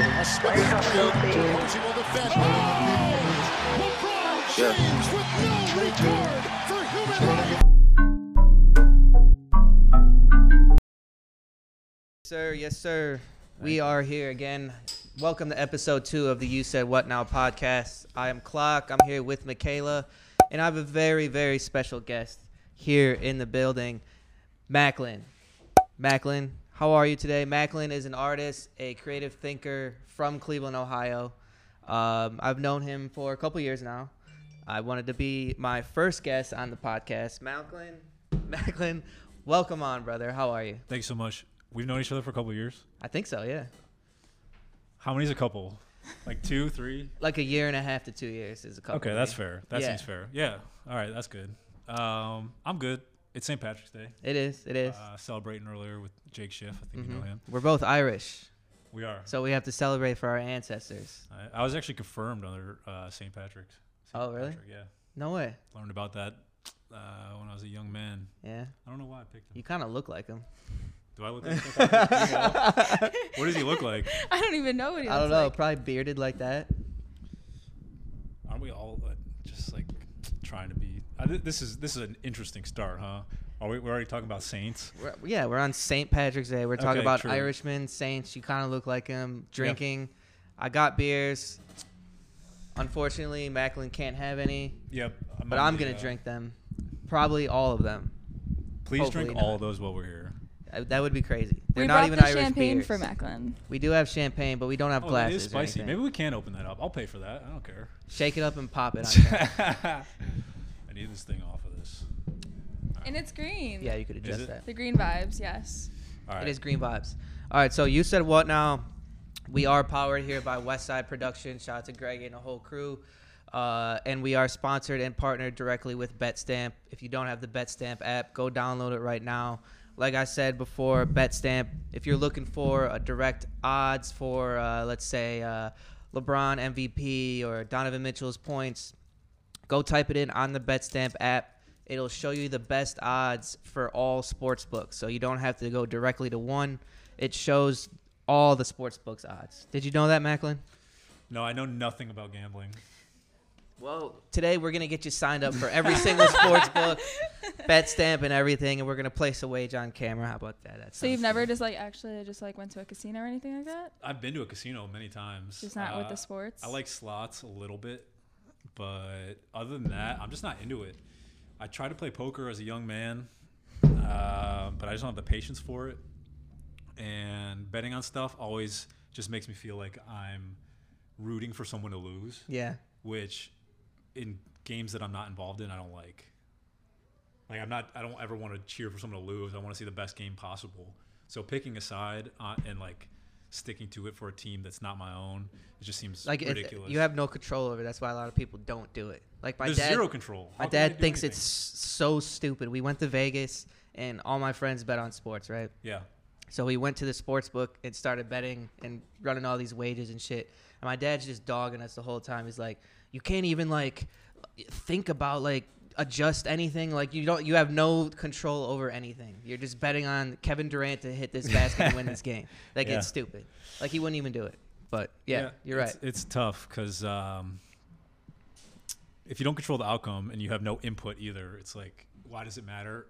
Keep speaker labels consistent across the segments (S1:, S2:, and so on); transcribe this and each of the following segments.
S1: Smith infield. Posing on the fence. LeBron James with no regard for human life.
S2: Sir, yes, sir. We are here again. Welcome to episode two of the You Said What Now podcast. I am Clock. I'm here with Michaela, and I have a very, very special guest here in the building, Macklin. Macklin, how are you today? Macklin is an artist, a creative thinker from Cleveland, Ohio. Um, I've known him for a couple years now. I wanted to be my first guest on the podcast. Macklin, Macklin, welcome on, brother. How are you?
S3: Thanks so much. We've known each other for a couple years.
S2: I think so, yeah.
S3: How many's a couple? Like two, three?
S2: like a year and a half to two years is a couple.
S3: Okay,
S2: to
S3: that's
S2: me.
S3: fair. That
S2: Yeah.
S3: seems fair. Yeah. All right, that's good. Um, I'm good. It's St. Patrick's Day.
S2: It is. It is. Mm-hmm.
S3: Uh, celebrating earlier with Jake Schiff. I think you know him.
S2: We're both Irish,
S3: We are.
S2: so we have to celebrate for our ancestors.
S3: I, I was actually confirmed under uh, St. Patrick's. St.
S2: Oh, really?
S3: Patrick, yeah.
S2: No way.
S3: Learned about that uh, when I was a young man.
S2: Yeah,
S3: I don't know why I picked him.
S2: you kind of look like him.
S3: Do I look like St. Patrick? No. What does he look like?
S4: I don't even know what he
S2: I don't
S4: looks
S2: know.
S4: like.
S2: Probably bearded like that.
S3: Aren't we all uh, just like trying to be? I thi- this is this is an interesting start, huh? Are we? We're already talking about saints.
S2: We're, yeah, we're on St. Patrick's Day. We're talking
S3: Okay,
S2: about
S3: true.
S2: Irishmen, saints. You kind of look like him. Drinking. I got beers. Unfortunately, Macklin can't have any,
S3: Yep. I'm
S2: but
S3: on
S2: I'm
S3: the,
S2: gonna
S3: uh,
S2: drink them. Probably all of them.
S3: Please drink
S2: Hopefully
S3: all
S2: not.
S3: of those while we're here.
S2: Uh, That would be crazy. They're
S4: we
S2: not
S4: brought
S2: even
S4: the
S2: Irish
S4: champagne
S2: beers.
S4: for Macklin.
S2: We do have champagne, but we don't have
S3: Oh, that
S2: glasses.
S3: is
S2: or
S3: spicy.
S2: anything.
S3: Maybe we can open that up. I'll pay for that. I don't care.
S2: Shake it up and pop it. On camera.
S3: I need this thing off of this.
S4: And it's green.
S2: yeah, you could adjust
S3: it?
S2: that.
S4: The green vibes, yes.
S3: All right.
S2: It is green vibes. All right, so you said what now? We are powered here by Westside Production. Shout out to Greg and the whole crew. Uh, and we are sponsored and partnered directly with BetStamp. If you don't have the BetStamp app, go download it right now. Like I said before, BetStamp, if you're looking for a direct odds for, uh, let's say, uh, LeBron MVP or Donovan Mitchell's points, go type it in on the betstamp app it'll show you the best odds for all sports books so you don't have to go directly to one it shows all the sports books odds did you know that macklin
S3: No, I know nothing about gambling.
S2: well today we're going to get you signed up for every single sports book betstamp and everything and we're going to place a wager on camera how about that That's
S4: So you've never just like actually just like went to a casino or anything like that?
S3: I've been to a casino many times.
S4: Just not with
S3: Uh,
S4: the sports.
S3: I like slots a little bit, but other than that, I'm just not into it. I tried to play poker as a young man, uh, but I just don't have the patience for it. And betting on stuff always just makes me feel like I'm rooting for someone to lose,
S2: yeah
S3: which in games that I'm not involved in, I don't like. Like I'm not, I don't ever want to cheer for someone to lose. I want to see the best game possible. So picking a side uh, and like sticking to it for a team that's not my own, it just seems
S2: like it,
S3: ridiculous.
S2: you have no control over it. that's why a lot of people don't do it like my
S3: There's
S2: dad
S3: zero control.
S2: My
S3: How can they
S2: dad
S3: do
S2: thinks it's
S3: anything?
S2: so stupid. We went to Vegas and all my friends bet on sports, right?
S3: yeah.
S2: So we went to the sports book and started betting and running all these wages and shit. And my dad's just dogging us the whole time. He's like, "You can't even like think about like adjust anything. Like you don't you have no control over anything. You're just betting on Kevin Durant to hit this basket and win this game. Like
S3: Yeah.
S2: it's stupid. Like he wouldn't even do it. But yeah, you're right.
S3: It's, it's tough because um, if you don't control the outcome and you have no input either, it's like why does it matter?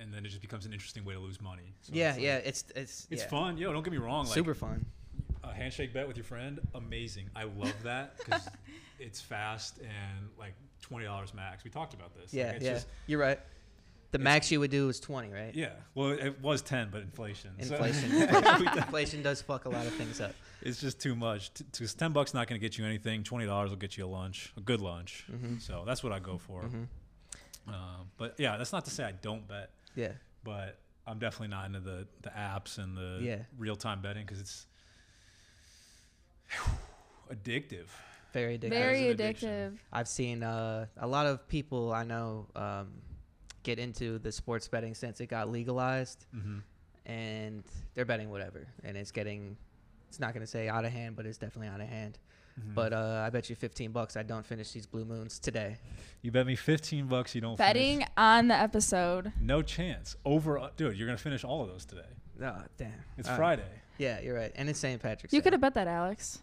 S3: And then it just becomes an interesting way to lose money. So
S2: yeah,
S3: it's like-
S2: yeah, it's it's
S3: It's
S2: yeah.
S3: fun, yo. Don't get me wrong. Like
S2: Super fun.
S3: a handshake bet with your friend, amazing. I love that because it's fast and like twenty dollars max. We talked about this. Like,
S2: Yeah,
S3: it's
S2: yeah.
S3: just-
S2: You're right. The max you would do is 20, right?
S3: yeah. Well, it was ten, but inflation. so-
S2: Inflation. inflation. inflation does fuck a lot of things up.
S3: it's just too much. T- t- 'cause ten bucks not going to get you anything. Twenty dollars will get you a lunch, a good lunch.
S2: Mm-hmm.
S3: So that's what I go for. Um, but yeah, that's not to say I don't bet,
S2: Yeah.
S3: but I'm definitely not into the the apps and the
S2: Yeah.
S3: real time betting because it's addictive.
S2: Very addictive.
S3: That is
S4: Very
S3: an addiction.
S4: addictive.
S2: I've seen uh, a lot of people I know um, get into the sports betting since it got legalized,
S3: Mm-hmm.
S2: and they're betting whatever, and it's getting, it's not gonna say out of hand, but it's definitely out of hand.
S3: Mm-hmm.
S2: But uh, I bet you 15 bucks I don't finish these blue moons today.
S3: You bet me fifteen bucks. You don't finish.
S4: Betting on the episode.
S3: No chance. Over, dude. You're going to finish all of those today.
S2: Oh damn!
S3: It's
S2: All right.
S3: Friday.
S2: Yeah, you're right. And it's St. Patrick's.
S4: You
S2: Day.
S4: could have bet that, Alex.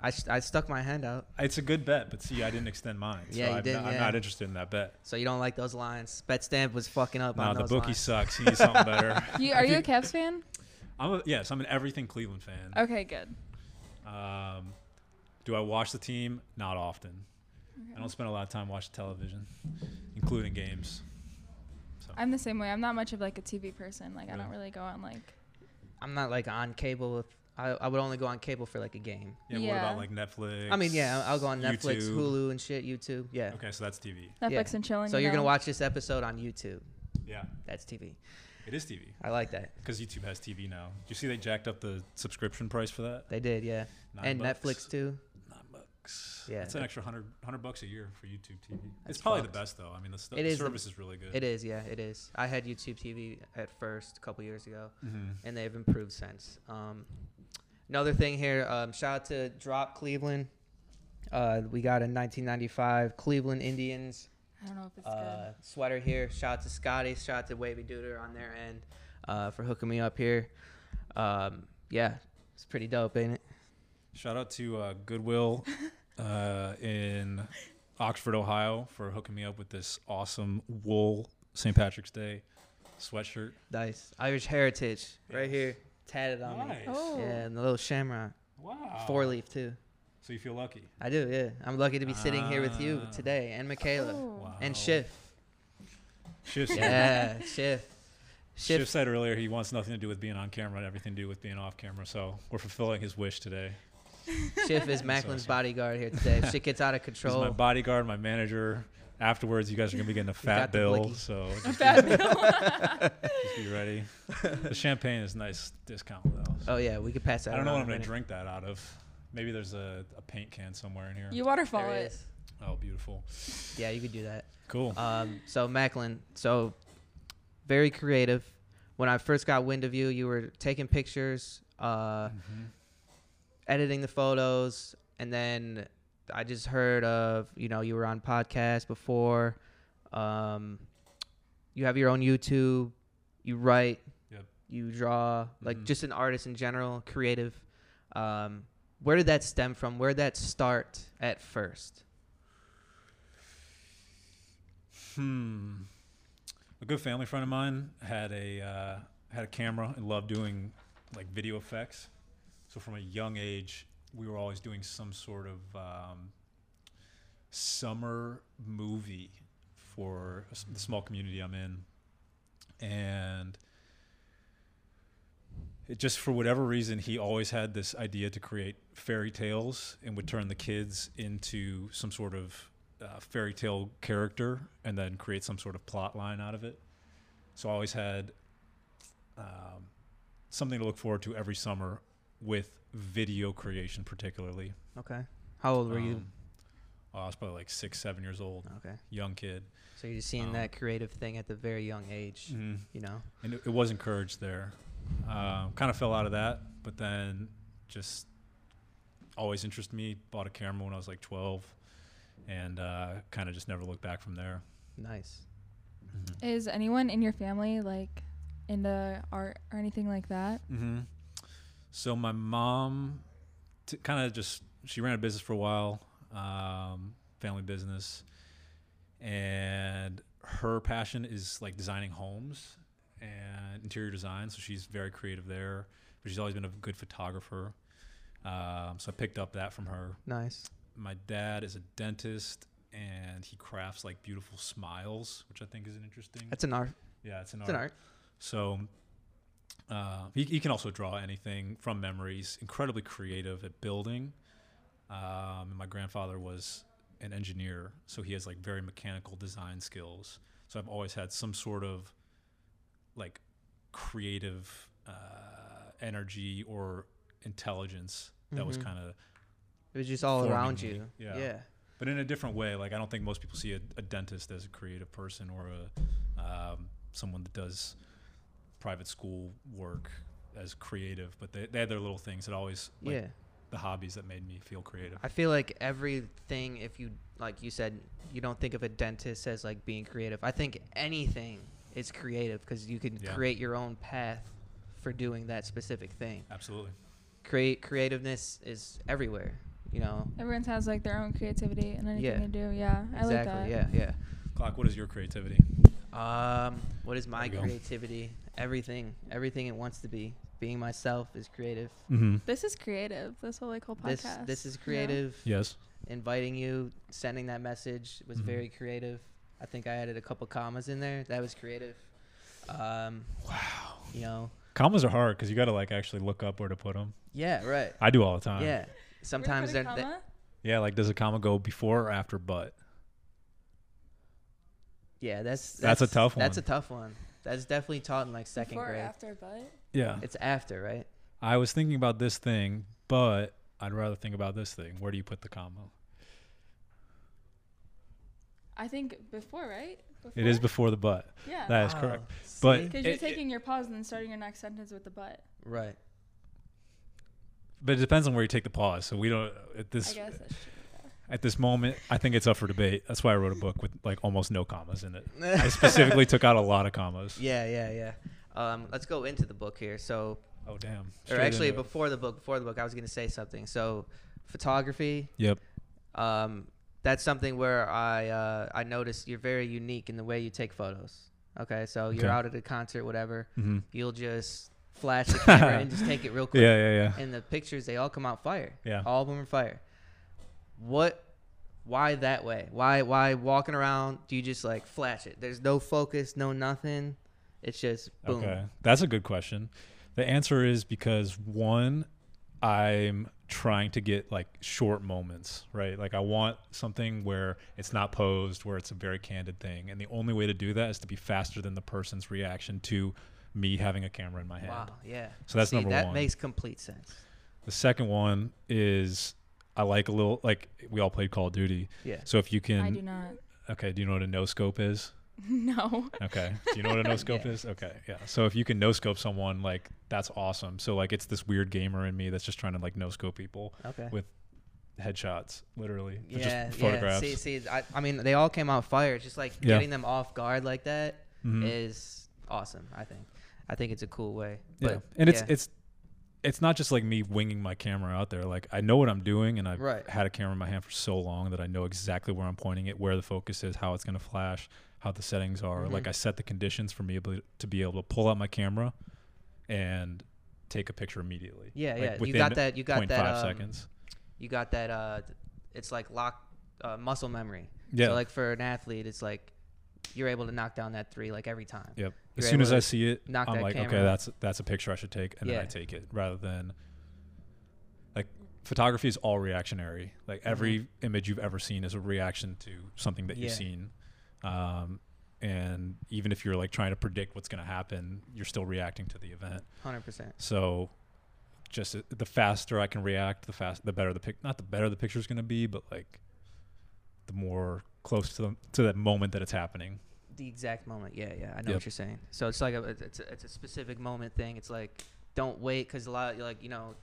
S2: I, st- I stuck my hand out.
S3: It's a good bet, but see, I didn't extend mine. So
S2: Yeah, you
S3: I'm,
S2: didn't,
S3: not, I'm
S2: yeah.
S3: not interested in that bet.
S2: So you don't like those lines. Bet stamp was fucking up
S3: No,
S2: on
S3: the
S2: those
S3: bookie
S2: lines.
S3: sucks. He needs something better.
S4: You are
S3: If
S4: you a Cavs fan?
S3: I'm a, yes, I'm an everything Cleveland fan.
S4: Okay, good.
S3: Um, do I watch the team? Not often. I don't spend a lot of time watching television, including games.
S4: I'm the same way. I'm not much of like a TV person. Like I don't
S3: Really?
S4: really go on like
S2: I'm not like on cable. With, I, I would only go on cable for like a game.
S3: Yeah, What
S4: Yeah.
S3: about like Netflix?
S2: I mean, yeah, I'll go on Netflix,
S3: YouTube?
S2: Hulu, and shit, YouTube. Yeah.
S3: Okay, so that's TV.
S4: Netflix
S2: Yeah.
S4: and chilling.
S2: So
S4: you
S2: you're going
S4: know?
S2: to watch this episode on YouTube.
S3: Yeah,
S2: That's TV.
S3: it is TV
S2: I like that.
S3: because YouTube has TV now. Do you see they jacked up the subscription price for that?
S2: They did, yeah.
S3: Nine
S2: and
S3: bucks.
S2: Netflix too.
S3: Nine bucks.
S2: Yeah.
S3: Yeah, that's an extra 100, 100 bucks a year for YouTube TV.
S2: That's
S3: it's probably
S2: fucked.
S3: the best though. I mean, the, stu-
S2: It
S3: the
S2: is the-
S3: service is really good.
S2: It is, yeah, it is. I had YouTube TV at first a couple years ago,
S3: Mm-hmm.
S2: and they've improved since. Um, another thing here, um, shout out to Drop Cleveland. Uh, we got a 1995 Cleveland Indians
S4: I don't know if it's
S2: uh, sweater here. Shout out to Scotty. Shout out to Wavy Duder on their end uh, for hooking me up here. Um, yeah, it's pretty dope, ain't it?
S3: Shout out to uh, Goodwill uh, in Oxford, Ohio, for hooking me up with this awesome wool St. Patrick's Day sweatshirt.
S2: Nice. Irish heritage right
S3: Yes.
S2: here, tatted on me.
S3: Nice.
S4: good. Oh.
S2: Yeah, and the little shamrock,
S3: Wow.
S2: Um, four leaf too.
S3: So you feel lucky.
S2: I do, yeah. I'm lucky to be sitting here with you
S3: Ah.
S2: today and Michaela
S4: Oh.
S3: Wow.
S2: and Schiff.
S3: Schiff.
S2: Yeah, Schiff.
S3: Schiff
S2: Schiff.
S3: said earlier he wants nothing to do with being on camera and everything to do with being off camera. So we're fulfilling his wish today.
S2: Schiff is Macklin's
S3: awesome.
S2: bodyguard here today. If shit gets out of
S3: He's my
S2: control,
S3: bodyguard, my manager. Afterwards, you guys are gonna be getting a
S2: got
S3: fat
S2: the
S3: bill,
S2: blicky.
S3: so
S4: good.
S3: just, just be ready. The champagne is nice discount though. so-
S2: oh yeah, we could pass that.
S3: I don't know
S2: around in
S3: what I'm
S2: a
S3: gonna
S2: minute.
S3: drink that out of. Maybe there's a, a paint can somewhere in here.
S4: You waterfall
S2: There he
S4: it.
S2: is.
S3: oh, beautiful.
S2: Yeah, you could do that.
S3: Cool.
S2: Um, so Macklin, so very creative. When I first got wind of you, you were taking pictures, uh,
S3: Mm-hmm.
S2: editing the photos, and then I just heard of you know you were on podcasts before. Um, you have your own YouTube. You write.
S3: Yep.
S2: You draw. Like
S3: Mhm.
S2: just an artist in general, creative. Um, where did that stem from? Where did that start at first?
S3: hmm. A good family friend of mine had a uh, had a camera and loved doing like video effects. So from a young age, we were always doing some sort of um, summer movie for a s- the small community I'm in, and it just for whatever reason he always had this idea to create fairy tales and would turn the kids into some sort of uh, fairy tale character and then create some sort of plot line out of it so i always had um, something to look forward to every summer with video creation particularly
S2: Okay. How old were you?
S3: Um, oh, i was probably like six seven years old
S2: Okay.
S3: young kid
S2: So you're just seeing
S3: Um,
S2: that creative thing at the very young age,
S3: Mhm.
S2: you know?
S3: and it, it was encouraged there. Um, kind of fell out of that, but then just always interested me. Bought a camera when I was like 12, and uh, kind of just never looked back from there.
S2: Nice. Mm-hmm.
S4: Is anyone in your family like into art or anything like that?
S3: Mm-hmm. So my mom t- kind of just she ran a business for a while, um, family business, and her passion is like designing homes and interior design. So she's very creative there, but she's always been a good photographer. Um, so I picked up that from her.
S2: Nice.
S3: My dad is a dentist. And he crafts like beautiful smiles, which I think is an interesting.
S2: That's an art.
S3: yeah, it's an
S2: It's an
S3: art.
S2: art.
S3: So uh, he, he can also draw anything from memories. Incredibly creative at building. Um, and my grandfather was an engineer, so he has like very mechanical design skills. So I've always had some sort of like creative uh, energy or intelligence that was
S2: Mhm.
S3: kind of,
S2: It was just all
S3: forming
S2: around
S3: me.
S2: you. Yeah.
S3: Yeah. but in a different way. Like I don't think most people see a, a dentist as a creative person or a um, someone that does private school work as creative, but they, they had their little things that always like
S2: yeah.
S3: the hobbies that made me feel creative.
S2: I feel like everything, if you, like you said, you don't think of a dentist as like being creative. I think anything is creative because you can
S3: Yeah.
S2: create your own path for doing that specific thing.
S3: Absolutely.
S2: Create creativeness is everywhere, you know.
S4: Everyone's has like their own creativity and anything
S2: Yeah.
S4: they do. Yeah, I like
S2: exactly.
S4: that.
S2: yeah,
S3: Clock. What is your creativity?
S2: yeah. Um, what is my
S3: you go.
S2: creativity? Everything. Everything it wants to be. Being myself is creative.
S3: Mm-hmm.
S4: This is creative. This whole like whole
S2: This
S4: podcast.
S2: this is
S4: you know?
S2: creative.
S3: Yes.
S2: Inviting you, sending that message was
S3: Mhm.
S2: very creative. I think I added a couple commas in there. That was creative. Um, wow. You know.
S3: Commas are hard because you got to like actually look up where to put them.
S2: Yeah. Right.
S3: I do all the time.
S2: yeah.
S4: We're gonna
S2: Sometimes
S4: put a
S2: they're. they-
S4: comma?
S3: Yeah. Like, does a comma go before or after but?
S2: yeah. That's,
S3: That's a tough
S2: That's a
S3: one.
S2: tough one. That's definitely taught in like second
S4: Before or
S2: grade.
S4: after, but
S3: Yeah.
S2: It's after, right?
S3: I was thinking about this thing, but I'd rather think about this thing. Where do you put the comma?
S4: I think before, right? Before?
S3: It is before the but.
S4: Yeah.
S3: That is
S2: Wow.
S3: correct. But
S2: Oh, See?
S4: Because you're
S3: it- it-
S4: taking your pause and then starting your next sentence with the but.
S2: Right.
S3: but it depends on where you take the pause. So we don't at
S4: I
S3: this
S4: guess that's true.
S3: at this moment. I think it's up for debate. That's why I wrote a book with like almost no commas in it. I specifically took out a lot of commas.
S2: Yeah, yeah, yeah. Um, let's go into the book here. So,
S3: Oh damn.
S2: or
S3: Straight
S2: actually,
S3: into it.
S2: before the book, before the book, I was going to say something. So, photography.
S3: Yep.
S2: Um, that's something where I uh, I noticed you're very unique in the way you take photos. Okay, so you're
S3: Okay.
S2: out at a concert, whatever.
S3: Mhm.
S2: You'll just flash the camera and just take it real
S3: Yeah,
S2: quick.
S3: yeah, yeah.
S2: And the pictures, they all come out fire.
S3: Yeah.
S2: All of them are fire. What? Why that way? Why? Why walking around? Do you just like flash it? There's no focus, no nothing. It's just boom.
S3: Okay. That's a good question. The answer is because one, I'm trying to get like short moments, right? Like I want something where it's not posed, where it's a very candid thing. And the only way to do that is to be faster than the person's reaction to me having a camera in my hand.
S2: Wow. Yeah.
S3: So that's
S2: See,
S3: number
S2: that
S3: one.
S2: makes complete sense.
S3: The second one is I like a little like we all played Call of Duty.
S2: Yeah.
S3: So if you can
S4: I do not.
S3: okay, do you know what a no scope is?
S4: no.
S3: Okay. Do you know what a no scope is? Okay. Yeah. So if you can no scope someone, like that's awesome. So like it's this weird gamer in me that's just trying to like no scope people
S2: Okay.
S3: with headshots, literally. They're
S2: yeah.
S3: just
S2: Yeah.
S3: photographs.
S2: See, see, I, I mean, they all came out fire. It's just like
S3: Yeah.
S2: getting them off guard like that is
S3: Mhm.
S2: awesome. I think. I think it's a cool way.
S3: yeah.
S2: But,
S3: And it's
S2: yeah.
S3: it's it's not just like me winging my camera out there. Like I know what I'm doing and I've
S2: Right.
S3: had a camera in my hand for so long that I know exactly where I'm pointing it, where the focus is, how it's gonna flash, how the settings are.
S2: Mhm.
S3: Like I set the conditions for me able to be able to pull out my camera and take a picture immediately.
S2: Yeah,
S3: Like,
S2: yeah. You
S3: within
S2: got that. You got
S3: 0.5
S2: that. um,
S3: seconds.
S2: you got that uh it's like lock uh, muscle memory
S3: Yeah.
S2: so like for an athlete it's like you're able to knock down that three like every time
S3: Yep.
S2: you're
S3: As soon
S2: able
S3: as I
S2: to
S3: see it,
S2: knock
S3: I'm
S2: that
S3: like, okay,
S2: camera.
S3: that's that's a picture I should take, and then
S2: Yeah.
S3: I take it rather than like photography is all reactionary. Like every image you've ever seen is a reaction to something that you've
S2: Mm-hmm. Yeah.
S3: seen. Um, and even if you're like trying to predict what's going to happen, you're still reacting to the event.
S2: 100%
S3: So just uh, the faster I can react, the fast, the better the pic. Not the better the picture's going to be, but like the more close to the, to that moment that it's happening.
S2: the exact moment yeah yeah i know
S3: Yep.
S2: what you're saying so it's like a, it's, a, it's a specific moment thing it's like don't wait because a lot like you know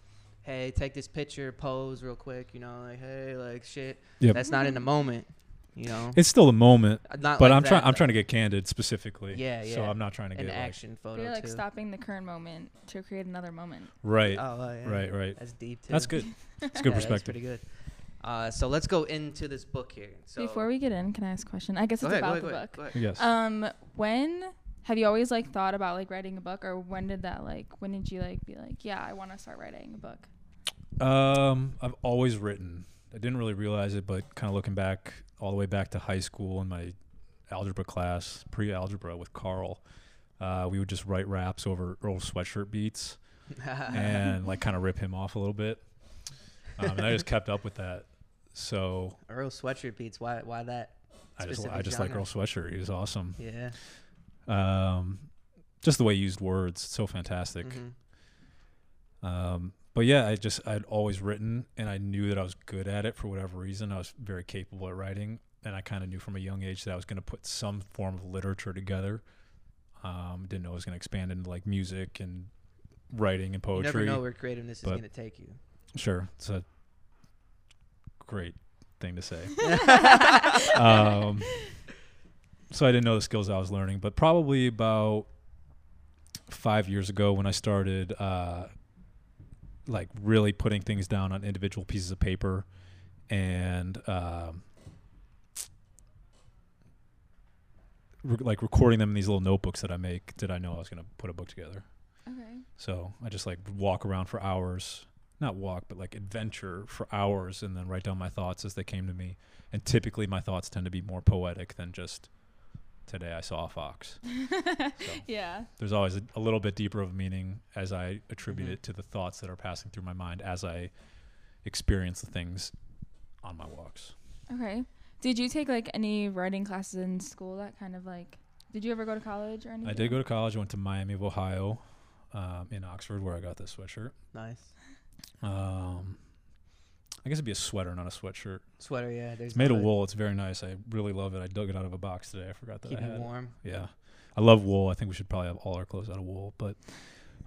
S2: hey take this picture pose real quick you know like hey like shit
S3: Yep.
S2: that's not in the moment you know
S3: It's still the moment,
S2: not
S3: but
S2: like
S3: I'm
S2: that,
S3: trying. I'm
S2: like
S3: trying to get candid specifically.
S2: Yeah,
S3: So
S2: yeah.
S3: I'm not trying to get
S2: an
S3: like-
S2: action photo
S4: You're like
S2: too.
S4: stopping the current moment to create another moment.
S3: right,
S2: oh, wow, yeah.
S3: right, right.
S2: that's deep too
S3: That's good. That's good
S2: Yeah, that's
S3: perspective.
S2: pretty good. Uh, so let's go into this book here. So
S4: Before we get in, can I ask a question? I guess
S2: go
S4: it's
S2: ahead, go
S4: about
S2: ahead,
S4: the
S2: go ahead,
S4: book.
S2: go ahead.
S3: yes.
S4: Um, when have you always like thought about like writing a book, or when did that like when did you like be like, yeah, I want to start writing a book?
S3: Um, I've always written. I didn't really realize it, but kind of looking back, all the way back to high school in my algebra class, pre-algebra with Carl, uh, we would just write raps over Earl sweatshirt beats and like kind of rip him off a little bit. Um, and I just kept up with that. So
S2: Earl sweatshirt beats. Why? Why that?
S3: I just
S2: specific
S3: I just like
S2: genre?
S3: Earl sweatshirt. He was awesome.
S2: Yeah.
S3: um, just the way he used words it's so fantastic
S2: mhm.
S3: um, but yeah i just i'd always written and i knew that i was good at it for whatever reason i was very capable at writing and i kind of knew from a young age that i was going to put some form of literature together um, didn't know it was going to expand into like music and writing and
S2: You
S3: poetry
S2: never know where creativeness is
S3: but-
S2: going to take you.
S3: sure it's a great thing to say um, so i didn't know the skills i was learning but probably about five years ago when I started uh, like really putting things down on individual pieces of paper and um, re- like recording them in these little notebooks that I make. Did I know I was going to put a book together?
S4: Okay.
S3: So I just like walk around for hours, not walk, but like adventure for hours and then write down my thoughts as they came to me. And typically my thoughts tend to be more poetic than just today I saw a fox.
S4: Yeah.
S3: There's always a, a little bit deeper of meaning as I attribute
S2: Mhm.
S3: it to the thoughts that are passing through my mind as I experience the things on my walks.
S4: Okay. Did you take like any writing classes in school that kind of like did you ever go to college or anything?
S3: I did go to college. I went to Miami of Ohio um, in Oxford where I got this sweatshirt.
S2: Nice
S3: Um, I guess it'd be a sweater, not a sweatshirt.
S2: sweater. Yeah, there's
S3: It's made of
S2: none.
S3: wool. It's very nice. I really love it. I dug it out of a box today. I forgot that
S2: Keep
S3: I had.
S2: it
S3: it.
S2: warm.
S3: Yeah, I love wool. I think we should probably have all our clothes out of wool. But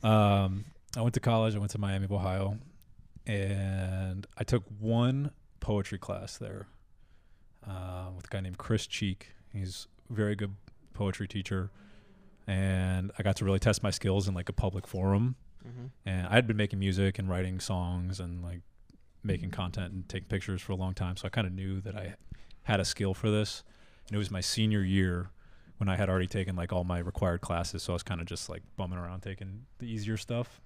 S3: um, I went to college. I went to Miami of Ohio, and I took one poetry class there uh, with a guy named Chris Cheek. He's a very good poetry teacher, and I got to really test my skills in like a public forum
S2: hmm
S3: and I had been making music and writing songs and like
S2: Mm-hmm.
S3: making content and taking pictures for a long time. So I kind of knew that I had a skill for this. And it was my senior year when I had already taken like all my required classes. So I was kind of just like bumming around taking the easier stuff.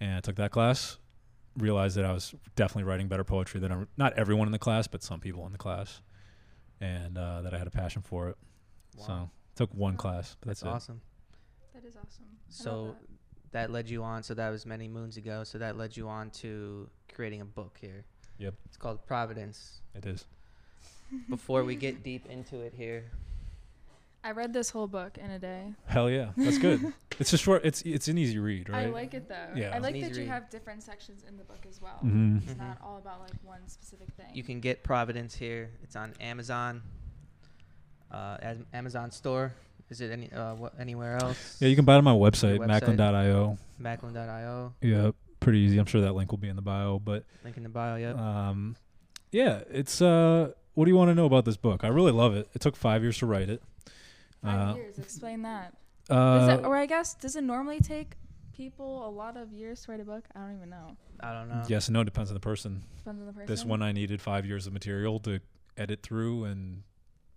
S3: And I took that class, realized that I was definitely writing better poetry than I, not everyone in the class, but some people in the class, and uh, that I had a passion for it. So took one class. But
S2: that's
S3: that's, it.
S2: awesome.
S4: That is awesome.
S2: So that led you on. So that was many moons ago. So that led you on to creating a book here.
S3: Yep.
S2: It's called Providence.
S3: It is.
S2: Before we get deep into it here,
S4: I read this whole book in a day.
S3: Hell yeah, that's good. it's a short. It's it's an easy read, right?
S4: I like it though.
S3: Yeah.
S4: I like
S2: An
S4: that
S2: easy
S4: you
S2: read.
S4: have different sections in the book as well.
S3: Mhm.
S4: It's
S2: Mhm.
S4: not all about like one specific thing.
S2: you can get Providence here. It's on Amazon. Uh, Am- Amazon store. Is it any uh, wha- anywhere else?
S3: Yeah, you can buy it on my
S2: Your
S3: website,
S2: website.
S3: macklin.io.
S2: Macklin.io.
S3: Yeah, pretty easy. I'm sure that link will be in the bio, but
S2: Link in the bio. Yep.
S3: um, yeah, it's uh, what do you want to know about this book? I really love it. It took five years to write it.
S4: Five
S3: Uh,
S4: years. Explain that. Does
S3: uh,
S4: it, or I guess does it normally take people a lot of years to write a book? I don't even know.
S2: I don't know.
S3: yes and no depends on the person.
S4: Depends on the person.
S3: This one I needed five years of material to edit through and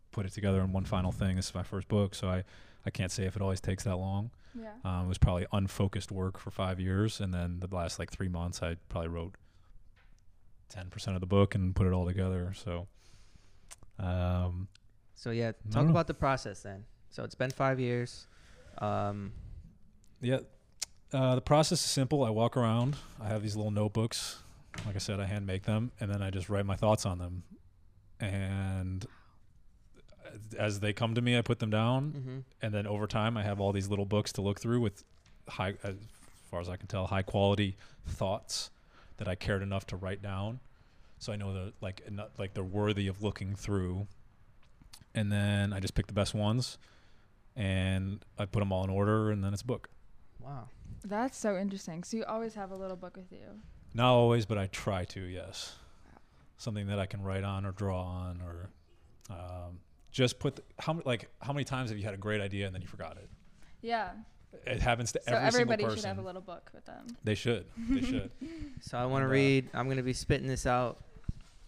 S3: put it together in one final thing. This is my first book, so I I can't say if it always takes that long.
S4: Yeah.
S3: Um, it was probably unfocused work for five years, and then the last like three months, I probably wrote ten percent of the book and put it all together. So, um,
S2: So yeah,
S3: I
S2: talk
S3: dunno.
S2: about the process then. So it's been five years. Um,
S3: yeah, uh, the process is simple. I walk around. I have these little notebooks. Like I said, I hand make them, and then I just write my thoughts on them. And as they come to me, I put them down.
S2: mhm.
S3: and then over time i have all these little books to look through with high as far as i can tell high quality thoughts that i cared enough to write down so i know that like eno- like they're worthy of looking through and then i just pick the best ones and i put them all in order and then it's a book
S2: Wow.
S4: That's so interesting. So you always have a little book with you.
S3: not always but i try to yes something that i can write on or draw on or um, just put the, how m- like how many times have you had a great idea and then you forgot it
S4: Yeah.
S3: it happens to
S4: So
S3: every single
S4: everybody
S3: person
S4: should have a little book with them.
S3: They should. They
S2: Mm-hmm.
S3: should.
S2: So I want to
S3: And, uh,
S2: read. I'm gonna be spitting this out.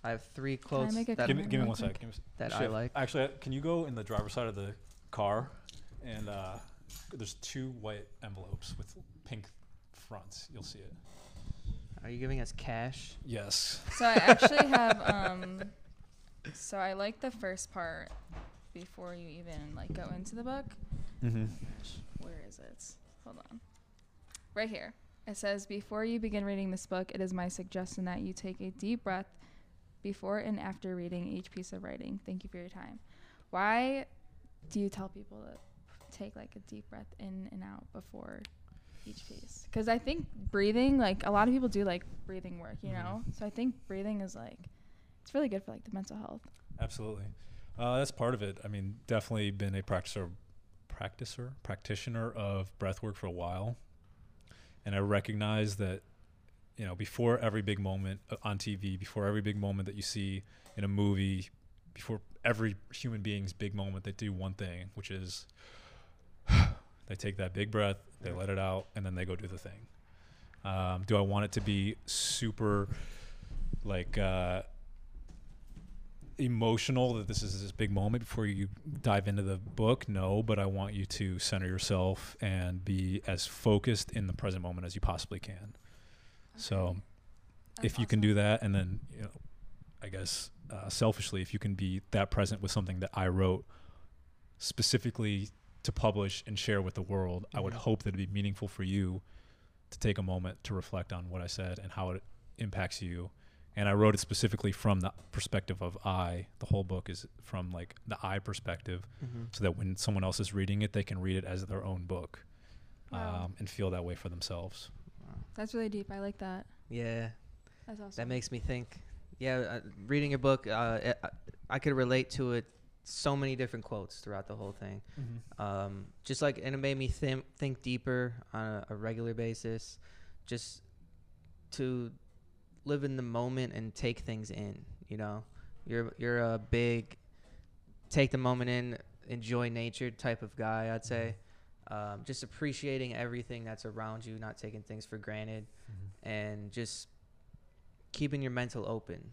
S2: I have three
S4: I
S2: quotes
S4: make a
S2: that,
S3: give me,
S4: Mine
S3: give me
S4: real
S3: one sec.
S4: quick.
S3: Give me a
S2: that
S3: sec.
S2: I
S3: Shiv,
S2: like.
S3: Actually, uh, can you go in the driver's side of the car? And uh, there's two white envelopes with pink fronts. You'll see it.
S2: Are you giving us cash?
S3: Yes.
S4: So I actually have um so I like the first part before you even like go into the book.
S3: Mm-hmm.
S4: Gosh, Where is it? Hold on. Right here. It says before you begin reading this book, it is my suggestion that you take a deep breath before and after reading each piece of writing. Thank you for your time. Why do you tell people to take like a deep breath in and out before each piece? Cuz I think breathing like a lot of people do like breathing work, you
S3: Mhm.
S4: know? So I think breathing is like it's really good for like the mental health.
S3: Absolutely. Uh, that's part of it. I mean, definitely been a practicer, practicer, practitioner of breath work for a while. And I recognize that, you know, before every big moment uh, on TV, before every big moment that you see in a movie, before every human being's big moment, they do one thing, which is They take that big breath, they let it out, and then they go do the thing. Um, do I want it to be super, like, uh, emotional that this is this big moment before you dive into the book? No, but I want you to center yourself and be as focused in the present moment as you possibly can. So, if you can do that, and then you know, I guess uh, selfishly, if you can be that present with something that I wrote specifically to publish and share with the world, I would hope that it'd be meaningful for you to take a moment to reflect on what I said and how it impacts you. And I wrote it specifically from the perspective of I. The whole book is from like the I perspective,
S4: Mm-hmm.
S3: so that when someone else is reading it, they can read it as their own book
S4: Wow.
S3: um, and feel that way for themselves.
S4: That's really deep. I like that.
S2: Yeah.
S4: That's awesome.
S2: That makes me think. Yeah, uh, reading your book, uh, it, I- I could relate to it. So many different quotes throughout the whole thing. Um, just like, and it made me think think deeper on a, a regular basis, just to live in the moment and take things in. You know, you're you're a big take the moment in, enjoy nature type of guy. I'd say. Um, just appreciating everything that's around you, not taking things for granted, and just keeping your mental open,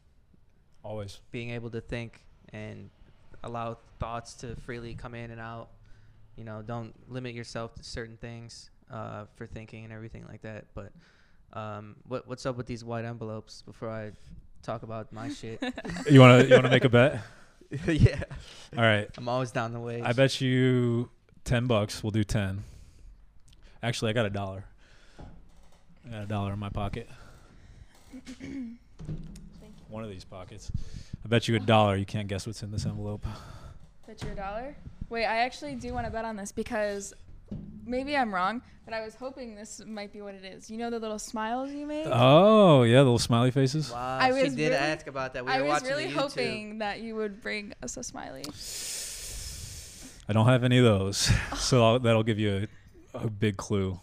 S3: Always.
S2: being able to think and allow thoughts to freely come in and out. You know, don't limit yourself to certain things uh, for thinking and everything like that. But um, what what's up with these white envelopes? Before I talk about my shit,
S3: You want to you want to make a bet?
S2: yeah,
S3: All right.
S2: I'm always down the way.
S3: I bet you 10 bucks. We'll do 10. Actually, I got a dollar. I got a dollar in my pocket. One of these pockets. I bet you a dollar you can't guess what's in this envelope.
S4: Bet you a dollar? Wait, I actually do want to bet on this because maybe I'm wrong, but I was hoping this might be what it is. You know the little smiles you make?
S3: Oh, yeah, the little smiley faces.
S2: Wow,
S4: I
S2: she
S4: was
S2: did
S4: really-
S2: ask about that. We
S4: I
S2: were
S4: was
S2: watching
S4: really
S2: the YouTube.
S4: hoping that you would bring us a smiley.
S3: I don't have any of those. So I'll, that'll give you a, a big clue.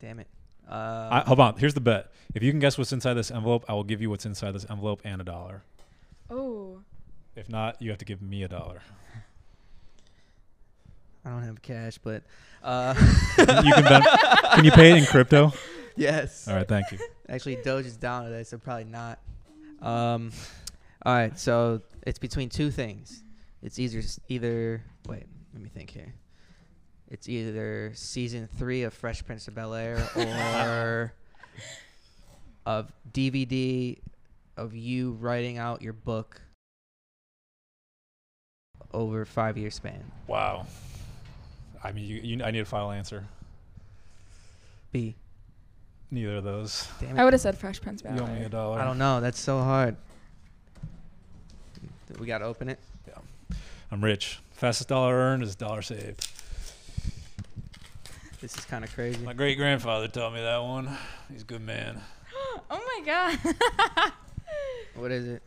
S2: Damn it. Uh,
S3: I, hold on. Here's the bet. If you can guess what's inside this envelope, I will give you what's inside this envelope and a dollar.
S4: Oh,
S3: If not, you have to give me a dollar.
S2: I don't have cash, but uh,
S3: you can bet. Can you pay it in crypto?
S2: yes.
S3: All right, thank you.
S2: Actually, Doge is down today, so probably not. Um, all right, so it's between two things. It's either either wait, let me think here. It's either season three of Fresh Prince of Bel Air or of DVD of you writing out your book over five year span.
S3: Wow. I mean, you, you, I need a final answer.
S2: B.
S3: Neither of those.
S2: Damn
S4: I
S2: it.
S4: would have said Fresh Prince
S3: You owe me a
S4: Ballet.
S3: dollar.
S2: I don't know. That's so hard. We gotta open it.
S3: I'm rich. Fastest dollar earned is dollar saved.
S2: This is kind of crazy.
S3: My great grandfather taught me that one. He's a good man.
S4: Oh my god.
S2: What is it?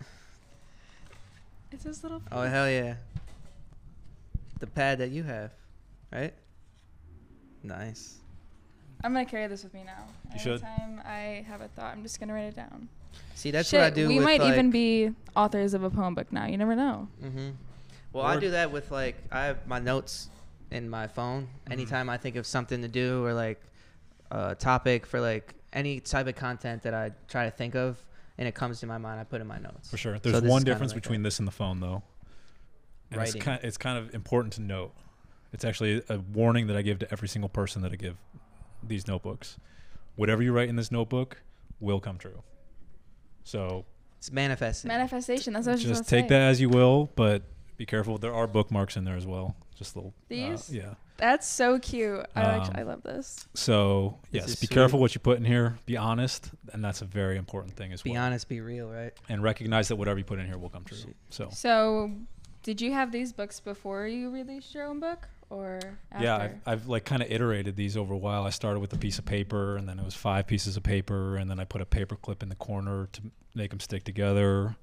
S4: it's this little
S2: Oh hell yeah. The pad that you have, right? Nice.
S4: I'm going to carry this with me now.
S3: You should.
S4: Anytime I have a thought, I'm just going to write it down.
S2: See, that's
S4: Shit,
S2: what I do.
S4: we
S2: with,
S4: might
S2: like-
S4: even be authors of a poem book now. You never know.
S2: hmm Well, I
S3: Or-
S2: do that with like I have my notes in my phone.
S3: Mm-hmm.
S2: Anytime I think of something to do or like a topic for like any type of content that I try to think of, and it comes to my mind, I put in my notes.
S3: For sure.
S2: So
S3: There's
S2: this
S3: one
S2: is kinda
S3: difference
S2: like
S3: between
S2: that.
S3: this and the phone, though. And it's,
S2: Writing.
S3: kind, it's kind of important to note. It's actually a warning that I give to every single person that I give these notebooks. Whatever you write in this notebook will come true. So
S2: It's manifesting.
S4: Manifestation. That's what I was just,
S3: just
S4: gonna
S3: take
S4: say.
S3: that as you will, but be careful. There are bookmarks in there as well. Just little uh,
S4: These?
S3: yeah.
S4: That's so cute. I,
S3: Um,
S4: actually, I love this.
S3: So
S2: This
S3: yes,
S2: is
S3: be
S2: sweet.
S3: careful what you put in here. Be honest, and that's a very important thing as
S2: be
S3: well.
S2: honest, be real, right?
S3: And recognize that whatever you put in here will come true.
S2: Shit.
S3: So
S4: So, did you have these books before you released your own book, or after?
S3: yeah, I've, I've like kind of iterated these over a while. I started with a piece of paper, and then it was five pieces of paper, and then I put a paper clip in the corner to m- make them stick together.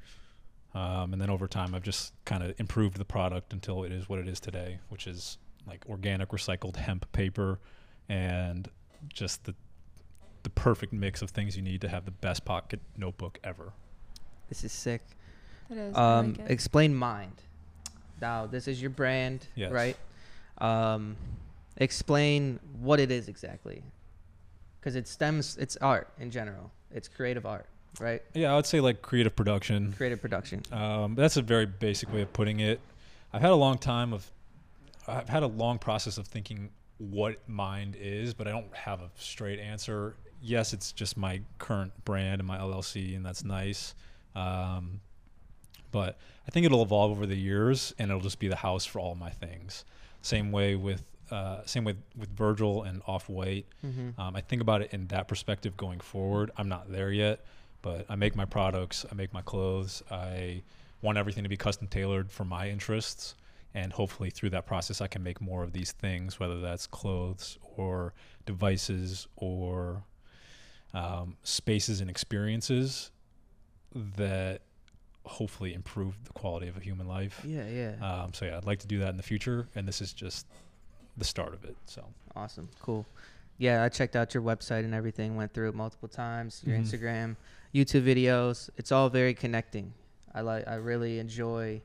S3: Um, and then over time, I've just kind of improved the product until it is what it is today, which is like organic recycled hemp paper, and just the the perfect mix of things you need to have the best pocket notebook ever.
S2: This is sick.
S4: That is, I
S2: Um,
S4: like it.
S2: explain mind. Now, this is your brand,
S3: Yes.
S2: right? Um, explain what it is exactly because it stems it's art in general it's creative art right
S3: Yeah, I would say like creative production.
S2: creative production
S3: Um, that's a very basic way of putting it. I've had a long time of, I've had a long process of thinking what mind is, but I don't have a straight answer. Yes, it's just my current brand and my LLC, and that's nice. Um, but I think it'll evolve over the years, and it'll just be the house for all my things. Same way with, uh, same with with Virgil and Off White. Um, I think about it in that perspective going forward. I'm not there yet, but I make my products, I make my clothes. I want everything to be custom tailored for my interests, and hopefully through that process, I can make more of these things, whether that's clothes or devices or um, spaces and experiences that hopefully improve the quality of a human life.
S2: yeah yeah
S3: Um, so yeah, I'd like to do that in the future, and this is just the start of it. So
S2: awesome cool yeah i checked out your website and everything went through it multiple times your
S3: Mhm.
S2: instagram youtube videos it's all very connecting i like i really enjoy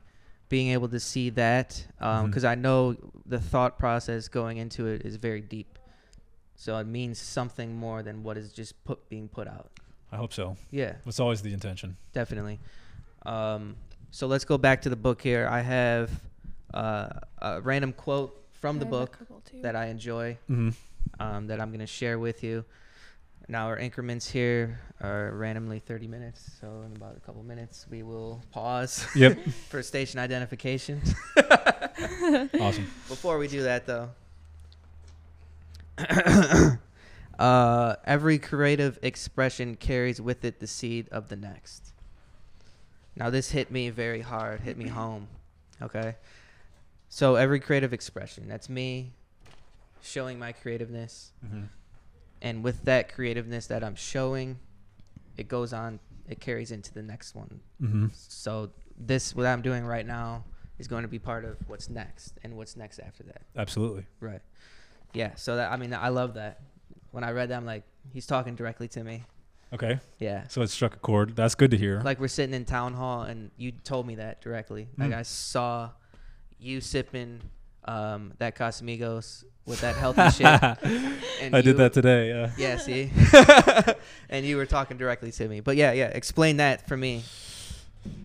S2: being able to see that because
S3: Mhm.
S2: i know the thought process going into it is very deep so it means something more than what is just put being put out
S3: I hope so.
S2: yeah
S3: That's always the intention.
S2: definitely. Um, so let's go back to the book here. I have uh, a random quote from the book that I enjoy
S3: Mm-hmm.
S2: um, that I'm going to share with you. Now our increments here are randomly 30 minutes, so in about a couple minutes we will pause
S3: Yep.
S2: for station identification.
S3: awesome.
S2: Before we do that, though, uh, every creative expression carries with it the seed of the next. Now, this hit me very hard, hit me home. Okay? So, every creative expression, that's me showing my creativeness.
S3: Mm-hmm.
S2: And with that creativeness that I'm showing, it goes on, it carries into the next one
S3: Mm-hmm.
S2: so this what I'm doing right now is going to be part of what's next and what's next after that.
S3: Absolutely.
S2: Right. Yeah. So that I mean I love that. When I read that, I'm like, he's talking directly to me.
S3: Okay.
S2: Yeah.
S3: So it struck a chord. That's good to hear.
S2: Like we're sitting in town hall and you told me that directly. Like
S3: Mm.
S2: I saw you sipping um, that Casamigos with that healthy shit. And
S3: I
S2: you-
S3: did that today. Yeah.
S2: Yeah. See. and you were talking directly to me. But yeah, yeah. Explain that for me.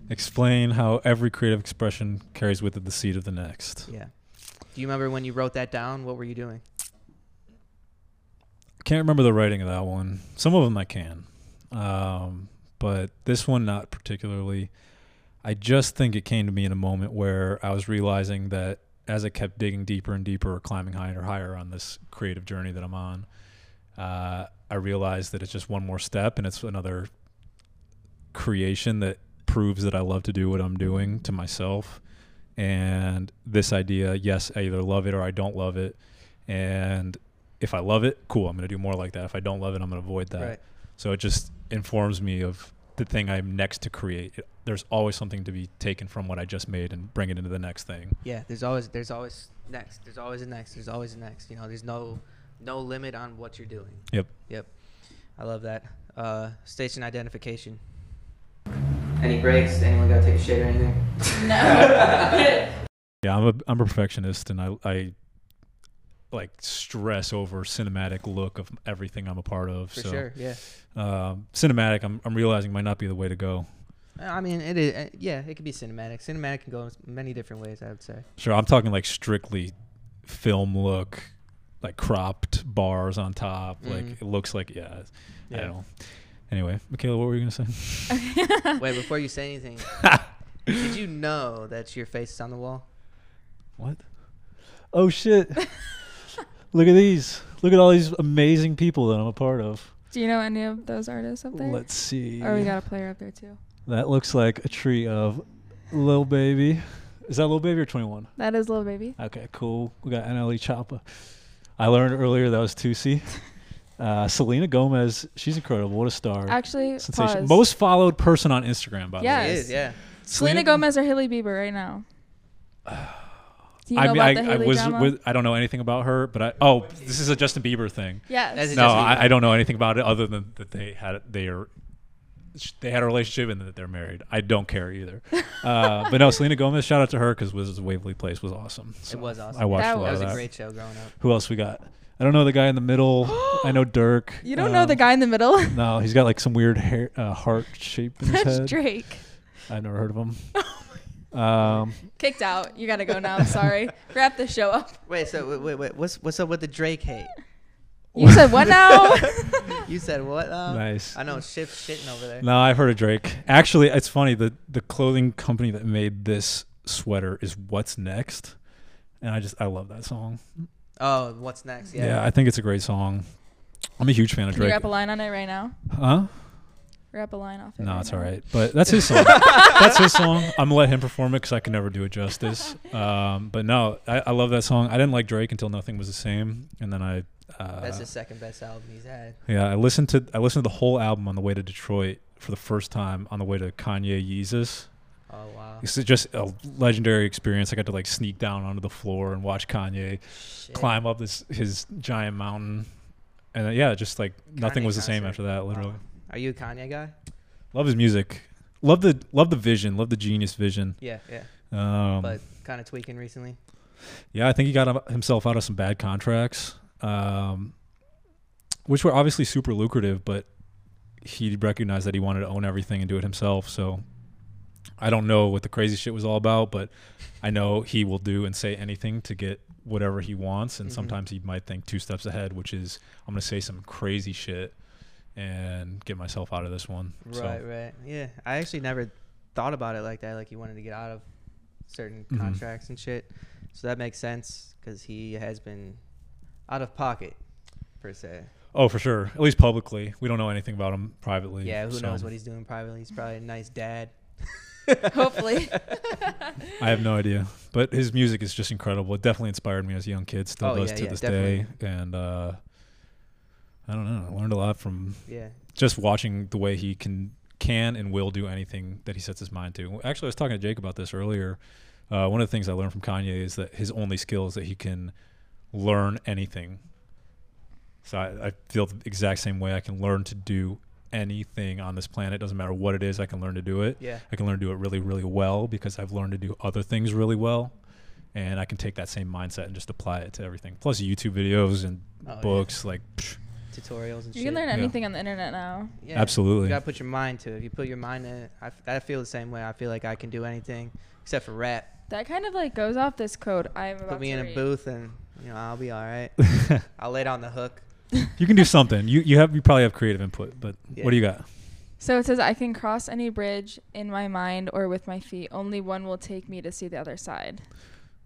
S3: Explain how every creative expression carries with it the seed of the next.
S2: Yeah. Do you remember when you wrote that down? What were you doing?
S3: Can't remember the writing of that one. Some of them I can, um, but this one not particularly. I just think it came to me in a moment where I was realizing that as I kept digging deeper and deeper, climbing higher and higher on this creative journey that I'm on, uh, I realized that it's just one more step and it's another creation that proves that I love to do what I'm doing to myself. And this idea, yes, I either love it or I don't love it. And if I love it, cool, I'm going to do more like that. If I don't love it, I'm going to avoid that.
S2: Right.
S3: So it just informs me of the thing I'm next to create. It, there's always something to be taken from what I just made and bring it into the next thing.
S2: Yeah, there's always there's always next. There's always a next. There's always a next. You know, there's no no limit on what you're doing.
S3: Yep.
S2: Yep. I love that. Uh, station identification. Any breaks? Anyone gotta take a shit or anything?
S3: Yeah, I'm a I'm a perfectionist, and I I like stress over cinematic look of everything I'm a part of.
S2: For
S3: so
S2: sure. Yeah.
S3: um, cinematic, I'm I'm realizing might not be the way to go.
S2: I mean, it is. uh, Yeah, it could be cinematic. Cinematic can go in s- many different ways. I would say.
S3: Sure, I'm talking like strictly film look, like cropped bars on top. Like
S2: Mhm.
S3: it looks like yeah, I
S2: Yeah.
S3: don't. know. Anyway, Michaela, what were you gonna say?
S2: Wait, before you say anything, did you know that your face is on the wall?
S3: What? Oh shit! Look at these. Look at all these amazing people that I'm a part of.
S4: Do you know any of those artists up there?
S3: Let's see.
S4: Or we got a player up there too.
S3: That looks like a tree of Lil Baby. Is that Lil Baby or 21?
S4: That is Lil Baby.
S3: Okay, cool. We got NLE Choppa. I learned earlier that was Tusi. Uh, Selena Gomez, she's incredible. What a star.
S4: Actually,
S3: Sensation.
S4: pause.
S3: Most followed person on Instagram, by
S4: Yeah.
S3: the way.
S2: It
S4: Yes.
S2: is. Yeah.
S4: Selena Gomez or Haley Bieber right now. Do you know
S3: I
S4: about
S3: I,
S4: the
S3: I
S4: Haley
S3: was
S4: drama?
S3: with, I don't know anything about her, but I oh, this is a Justin Bieber thing.
S4: yes.
S2: That's Is it
S3: no,
S2: Justin Bieber?
S3: I, I don't know anything about it other than that they had they are sh- they had a relationship and that they're married. I don't care either. Uh, but no, Selena Gomez, shout out to her because Wizards of Waverly Place was awesome. So
S2: was awesome.
S3: I watched
S4: That
S3: a lot
S2: That
S3: of
S2: was a
S3: that.
S2: great show growing up.
S3: Who else we got? I don't know the guy in the middle. I know Dirk.
S4: You don't know the
S3: Um,
S4: guy in the middle?
S3: No, he's got like some weird hair, uh, heart shape in his
S4: That's
S3: head.
S4: Drake.
S3: I've never heard of him. um,
S4: Kicked out. You gotta go now. I'm sorry. Wrap the show up.
S2: Wait, so wait, wait, wait, what's what's up with the Drake hate?
S4: You said what now?
S2: You said what?
S4: Uh,
S2: Um,
S3: Nice.
S2: I know Shift's shitting over there.
S3: No, I've heard of Drake. Actually, it's funny. The the clothing company that made this sweater is What's Next. And I just I love that song.
S2: Oh, what's next?
S3: Yeah,
S2: Yeah.
S3: I think it's a great song. I'm a huge fan of
S4: Can you
S3: Drake.
S4: wrap a line on it right now?
S3: Huh?
S4: Wrap a line off it.
S3: No,
S4: right
S3: it's
S4: now.
S3: all right. But that's his song. that's his song. I'm gonna let him perform it because I can never do it justice. Um, but no, I, I love that song. I didn't like Drake until Nothing Was the Same, and then I. Uh,
S2: That's his second best album he's had.
S3: Yeah, I listened to I listened to the whole album on the way to Detroit for the first time on the way to Kanye Yeezus.
S2: Oh wow.
S3: It's just a legendary experience. I got to like sneak down onto the floor and watch Kanye
S2: Shit.
S3: climb up this his giant mountain, and uh, yeah, just like nothing
S2: Kanye
S3: was the same
S2: concert.
S3: after that.
S2: Wow.
S3: Literally,
S2: Are you a Kanye guy?
S3: love his music, love the love the vision, love the genius vision.
S2: Yeah, yeah.
S3: Um,
S2: But kind of tweaking recently.
S3: Yeah, I think he got him- himself out of some bad contracts, um, which were obviously super lucrative, but he recognized that he wanted to own everything and do it himself. So I don't know what the crazy shit was all about, but I know he will do and say anything to get whatever he wants. And
S2: Mhm.
S3: sometimes he might think two steps ahead, which is, I'm going to say some crazy shit and get myself out of this one.
S2: Right,
S3: So,
S2: right. Yeah, I actually never thought about it like that. Like he wanted to get out of certain
S3: Mhm.
S2: contracts and shit. So that makes sense because he has been out of pocket per se.
S3: oh, for sure. At least publicly. We don't know anything about him privately.
S2: Yeah, who
S3: so
S2: knows what he's doing privately? He's probably a nice dad.
S4: Hopefully.
S3: I have no idea, but his music is just incredible. It definitely inspired me as a young kid, still
S2: Oh,
S3: does
S2: yeah,
S3: to
S2: yeah,
S3: this
S2: definitely.
S3: day. And uh, I don't know, I learned a lot from
S2: Yeah.
S3: just watching the way he can can and will do anything that he sets his mind to. Actually, I was talking to Jake about this earlier. Uh, one of the things I learned from Kanye is that his only skill is that he can learn anything. So I, I feel the exact same way. I can learn to do anything on this planet. Doesn't matter what it is. I can learn to do it.
S2: Yeah.
S3: I can learn to do it really, really well because I've learned to do other things really well. And I can take that same mindset and just apply it to everything. Plus, YouTube videos and
S2: Oh, yeah.
S3: books, like, psh,
S2: Tutorials and shit.
S4: You can learn anything on the internet now.
S2: Yeah.
S3: absolutely.
S2: You gotta put your mind to it. If you put your mind to it, I, f- I feel the same way. I feel like I can do anything except for rap.
S4: That kind of like goes off this code I'm about
S2: Put me in
S4: to
S2: a
S4: read.
S2: booth and you know I'll be all right. I'll lay down the hook.
S3: You can do something. You you have you probably have creative input, but
S2: Yeah.
S3: what do you got?
S4: So it says, I can cross any bridge in my mind or with my feet. Only one will take me to see the other side.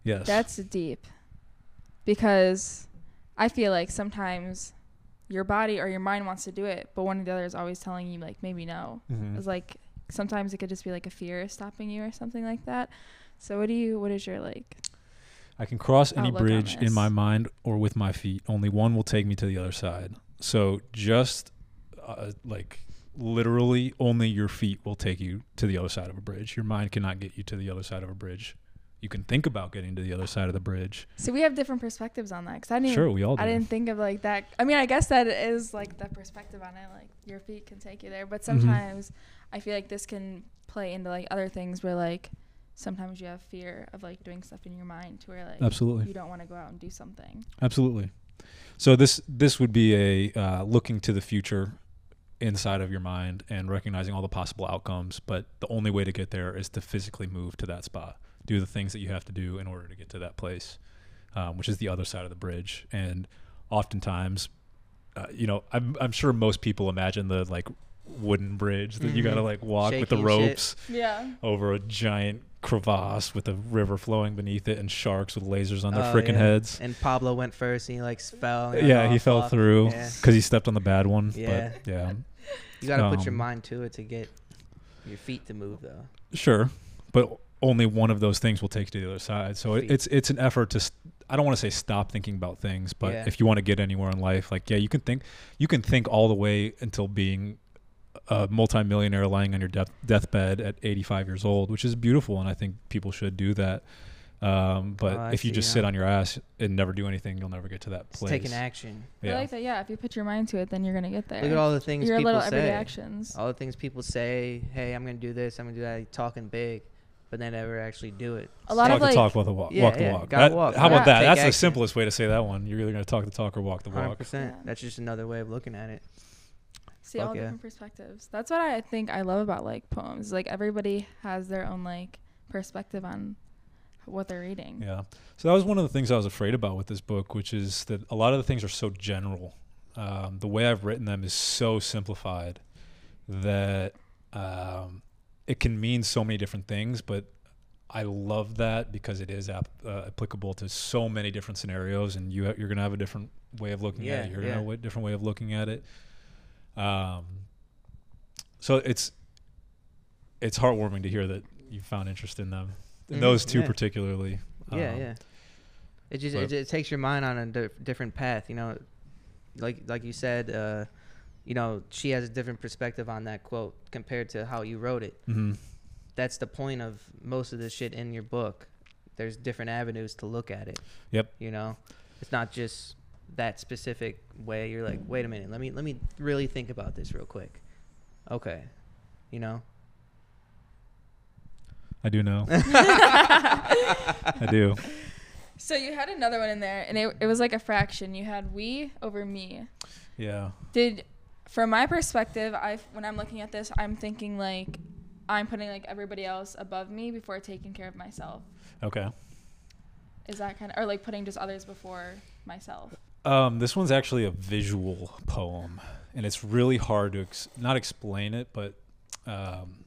S3: Yes.
S4: That's deep. Because I feel like sometimes your body or your mind wants to do it, but one or the other is always telling you, like, maybe no.
S2: Mm-hmm.
S3: Mhm.
S4: It's like sometimes it could just be like a fear stopping you or something like that. So what do you, what is your like?
S3: I can cross any
S4: outlook on
S3: bridge in
S4: this.
S3: my mind or with my feet. Only one will take me to the other side. So just uh, like literally only your feet will take you to the other side of a bridge. Your mind cannot get you to the other side of a bridge. You can think about getting to the other side of the bridge.
S4: So we have different perspectives on that because I didn't.
S3: Sure,
S4: even-
S3: we all
S4: I
S3: do.
S4: didn't think of like that. I mean, I guess that is like the perspective on it. Like your feet can take you there, but
S3: Mm-hmm.
S4: sometimes I feel like this can play into like other things where like sometimes you have fear of like doing stuff in your mind to where like
S3: Absolutely.
S4: you don't want to go out and do something.
S3: Absolutely. So this this would be a uh, looking to the future inside of your mind and recognizing all the possible outcomes. But the only way to get there is to physically move to that spot, do the things that you have to do in order to get to that place, um, which is the other side of the bridge. And oftentimes, uh, you know, I'm I'm sure most people imagine the like wooden bridge that you got to like walk with the
S2: Shaky and Mm-hmm. shit.
S3: ropes
S4: Yeah.
S3: over a giant crevasse with a river flowing beneath it and sharks with lasers on their
S2: Oh,
S3: frickin'
S2: yeah.
S3: heads.
S2: And Pablo went first, and he like s- fell. and
S3: Yeah,
S2: got
S3: he
S2: all
S3: fell
S2: fucked.
S3: through
S2: Yeah.
S3: because he stepped on the bad one.
S2: Yeah.
S3: But yeah.
S2: You gotta put your
S3: Um,
S2: mind to it to get your feet to move, though.
S3: Sure. But only one of those things will take you to the other side. So it,
S2: Feet.
S3: it's it's an effort to. St- I don't want to say stop thinking about things, but
S2: Yeah.
S3: if you want to get anywhere in life, like yeah, you can think you can think all the way until being a multimillionaire lying on your death deathbed at 85 years old, which is beautiful, and I think people should do that. Um, but
S2: Oh, I
S3: if you
S2: see,
S3: just
S2: yeah.
S3: sit on your ass and never do anything, you'll never get to that
S2: It's
S3: place.
S2: taking action.
S4: I
S3: Yeah.
S4: like that. Yeah, if you put your mind to it, then you're gonna get there.
S2: Look at all the things
S4: your
S2: people
S4: little
S2: say.
S4: everyday actions.
S2: All the things people say. Hey, I'm gonna do this. I'm gonna do that. like, Talking big, but they never actually do it.
S4: A lot
S3: talk
S4: of
S3: the
S4: like-
S3: talk, walk the walk.
S2: Yeah,
S3: walk the
S2: yeah,
S3: walk.
S2: gotta
S3: That-
S2: walk.
S3: How about
S2: Yeah.
S3: that?
S2: Take
S3: That's
S2: action.
S3: the simplest way to say that one. You're either gonna talk the talk or walk the walk.
S2: 100%. That's just another way of looking at it.
S4: See
S2: Fuck
S4: all
S2: yeah.
S4: different perspectives. That's what I think I love about like poems. Like everybody has their own like perspective on what they're reading.
S3: Yeah. So that was one of the things I was afraid about with this book, which is that a lot of the things are so general. Um, the way I've written them is so simplified that um, it can mean so many different things, but I love that because it is ap- uh, applicable to so many different scenarios, and you ha- you're gonna have a different way of looking
S2: Yeah,
S3: at it. You're
S2: yeah.
S3: gonna have a different way of looking at it. Um, so it's it's heartwarming to hear that you found interest in them,
S2: Mhm,
S3: those two
S2: yeah.
S3: particularly.
S2: Yeah,
S3: Um,
S2: yeah. It just
S3: but-
S2: it, it takes your mind on a di- different path, you know. Like like you said, uh, you know, she has a different perspective on that quote compared to how you wrote it.
S3: Mhm.
S2: That's the point of most of the shit in your book. There's different avenues to look at it.
S3: Yep.
S2: You know, it's not just that specific way. You're like, wait a minute, let me let me really think about this real quick. Okay, you know.
S3: I do know. I do.
S4: So you had another one in there, and it, it was like a fraction. You had we over me.
S3: Yeah.
S4: Did, from my perspective, I when I'm looking at this, I'm thinking like, I'm putting like everybody else above me before taking care of myself.
S3: Okay.
S4: Is that kind of or like putting just others before myself?
S3: Um, this one's actually a visual poem, and it's really hard to ex- not explain it, but um,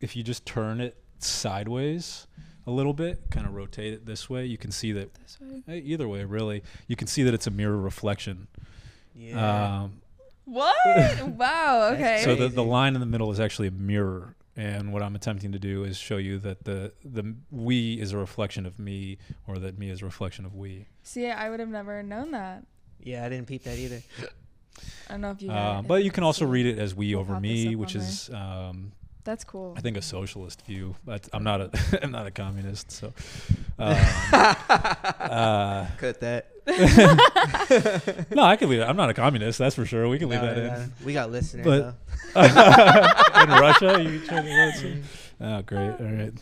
S3: if you just turn it sideways a little bit, kind of rotate it this way, you can see that
S4: This way.
S3: eh, either way, really, you can see that it's a mirror reflection. Um,
S4: What? wow. Okay.
S2: That's
S3: so the, the
S2: Crazy.
S3: line in the middle is actually a mirror, and what I'm attempting to do is show you that the the we is a reflection of me, or that me is a reflection of we.
S4: See, I would have never known that.
S2: yeah, I didn't peep that either.
S4: I don't know if you.
S3: Uh,
S4: had-
S3: but you can also
S4: Yeah.
S3: read it as "we
S4: We'll
S3: over
S4: pop this
S3: me,"
S4: up
S3: which
S4: on there.
S3: is, um,
S4: That's cool.
S3: I think, a socialist view. But I'm not a, I'm not a communist, so. Um, uh,
S2: Cut that.
S3: no, I can leave it. I'm not a communist, that's for sure. We can
S4: Oh,
S3: leave
S2: No,
S3: that
S2: no, no,
S3: in.
S2: no. We got listeners
S3: But-
S2: though.
S3: in Russia, you can change it. Oh, great! All right.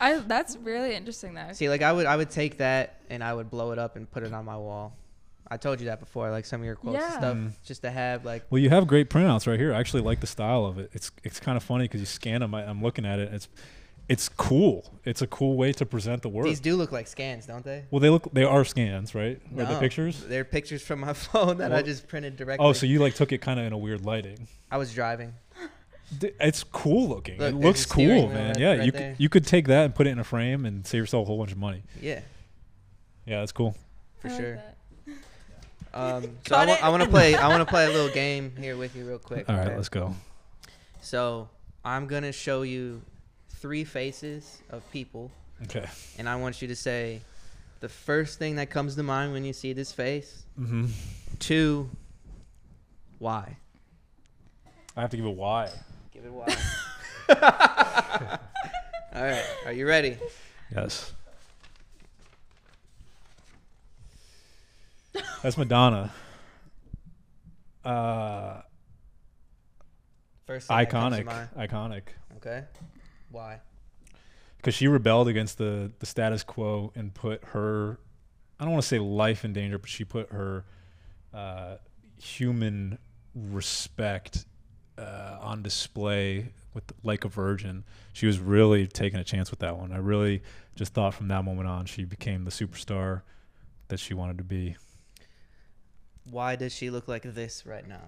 S4: I that's really interesting though.
S2: See, like I would, I would take that and I would blow it up and put it on my wall. I told you that before, like some of your quotes
S4: Yeah.
S2: and stuff,
S3: Mm.
S2: just to have like.
S3: Well, you have great printouts right here. I actually like the style of it. It's it's kind of funny because you scan them. I, I'm looking at it. It's it's cool. It's a cool way to present the work.
S2: These do look like scans, don't they?
S3: well, they look they are scans, right? Or the
S2: No.
S3: pictures.
S2: They're pictures from my phone that I
S3: Well-
S2: just printed directly.
S3: Oh, so you like took it kind of in a weird lighting.
S2: I was driving.
S3: D- It's cool looking.
S2: Look,
S3: it
S2: there's
S3: looks
S2: a steering
S3: cool,
S2: wheel
S3: man.
S2: right-
S3: yeah,
S2: right
S3: you
S2: there.
S3: could, you could take that and put it in a frame and save yourself a whole bunch of money.
S2: Yeah,
S3: Yeah, that's cool.
S2: for
S4: I like
S2: sure.
S4: that.
S2: Um, so I, wa- I want to play. I want to play a little game here with you, real quick.
S3: All right,
S2: okay?
S3: let's go.
S2: So I'm gonna show you three faces of people,
S3: Okay.
S2: and I want you to say the first thing that comes to mind when you see this face.
S3: Mm-hmm.
S2: Two. Why?
S3: I have to give a why.
S2: Give it why. All right. Are you ready?
S3: Yes. That's Madonna. Uh,
S2: First. thing that comes to
S3: iconic,
S2: mind.
S3: iconic.
S2: Okay. Why?
S3: Because she rebelled against the the status quo and put her, I don't want to say life in danger, but she put her uh, human respect uh, on display with like a virgin. She was really taking a chance with that one. I really just thought from that moment on she became the superstar that she wanted to be.
S2: Why does she look like this right now?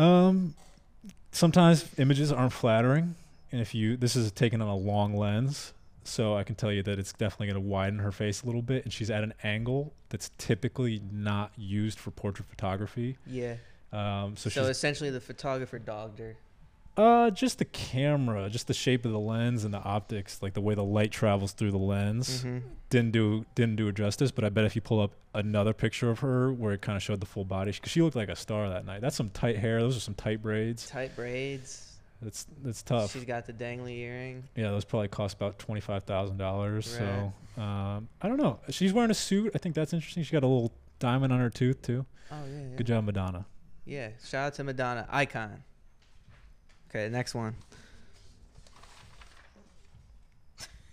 S3: Um, sometimes images aren't flattering, and if you this is taken on a long lens, so I can tell you that it's definitely going to widen her face a little bit, and she's at an angle that's typically not used for portrait photography.
S2: Yeah.
S3: Um, so,
S2: So,
S3: she's
S2: essentially, the photographer dogged her.
S3: uh, just the camera, just the shape of the lens and the optics, like the way the light travels through the lens,
S2: Mhm.
S3: didn't do didn't do her justice. But I bet if you pull up another picture of her where it kind of showed the full body, because she looked like a star that night. That's some tight hair. Those are some tight braids.
S2: Tight braids.
S3: That's that's tough.
S2: She's got the dangly earring.
S3: Yeah, those probably cost about twenty five thousand dollars. So um, I don't know. She's wearing a suit. I think that's interesting. She got a little diamond on her tooth too.
S2: Oh yeah. yeah.
S3: Good job, Madonna.
S2: Yeah. Shout out to Madonna, icon. Okay, next one.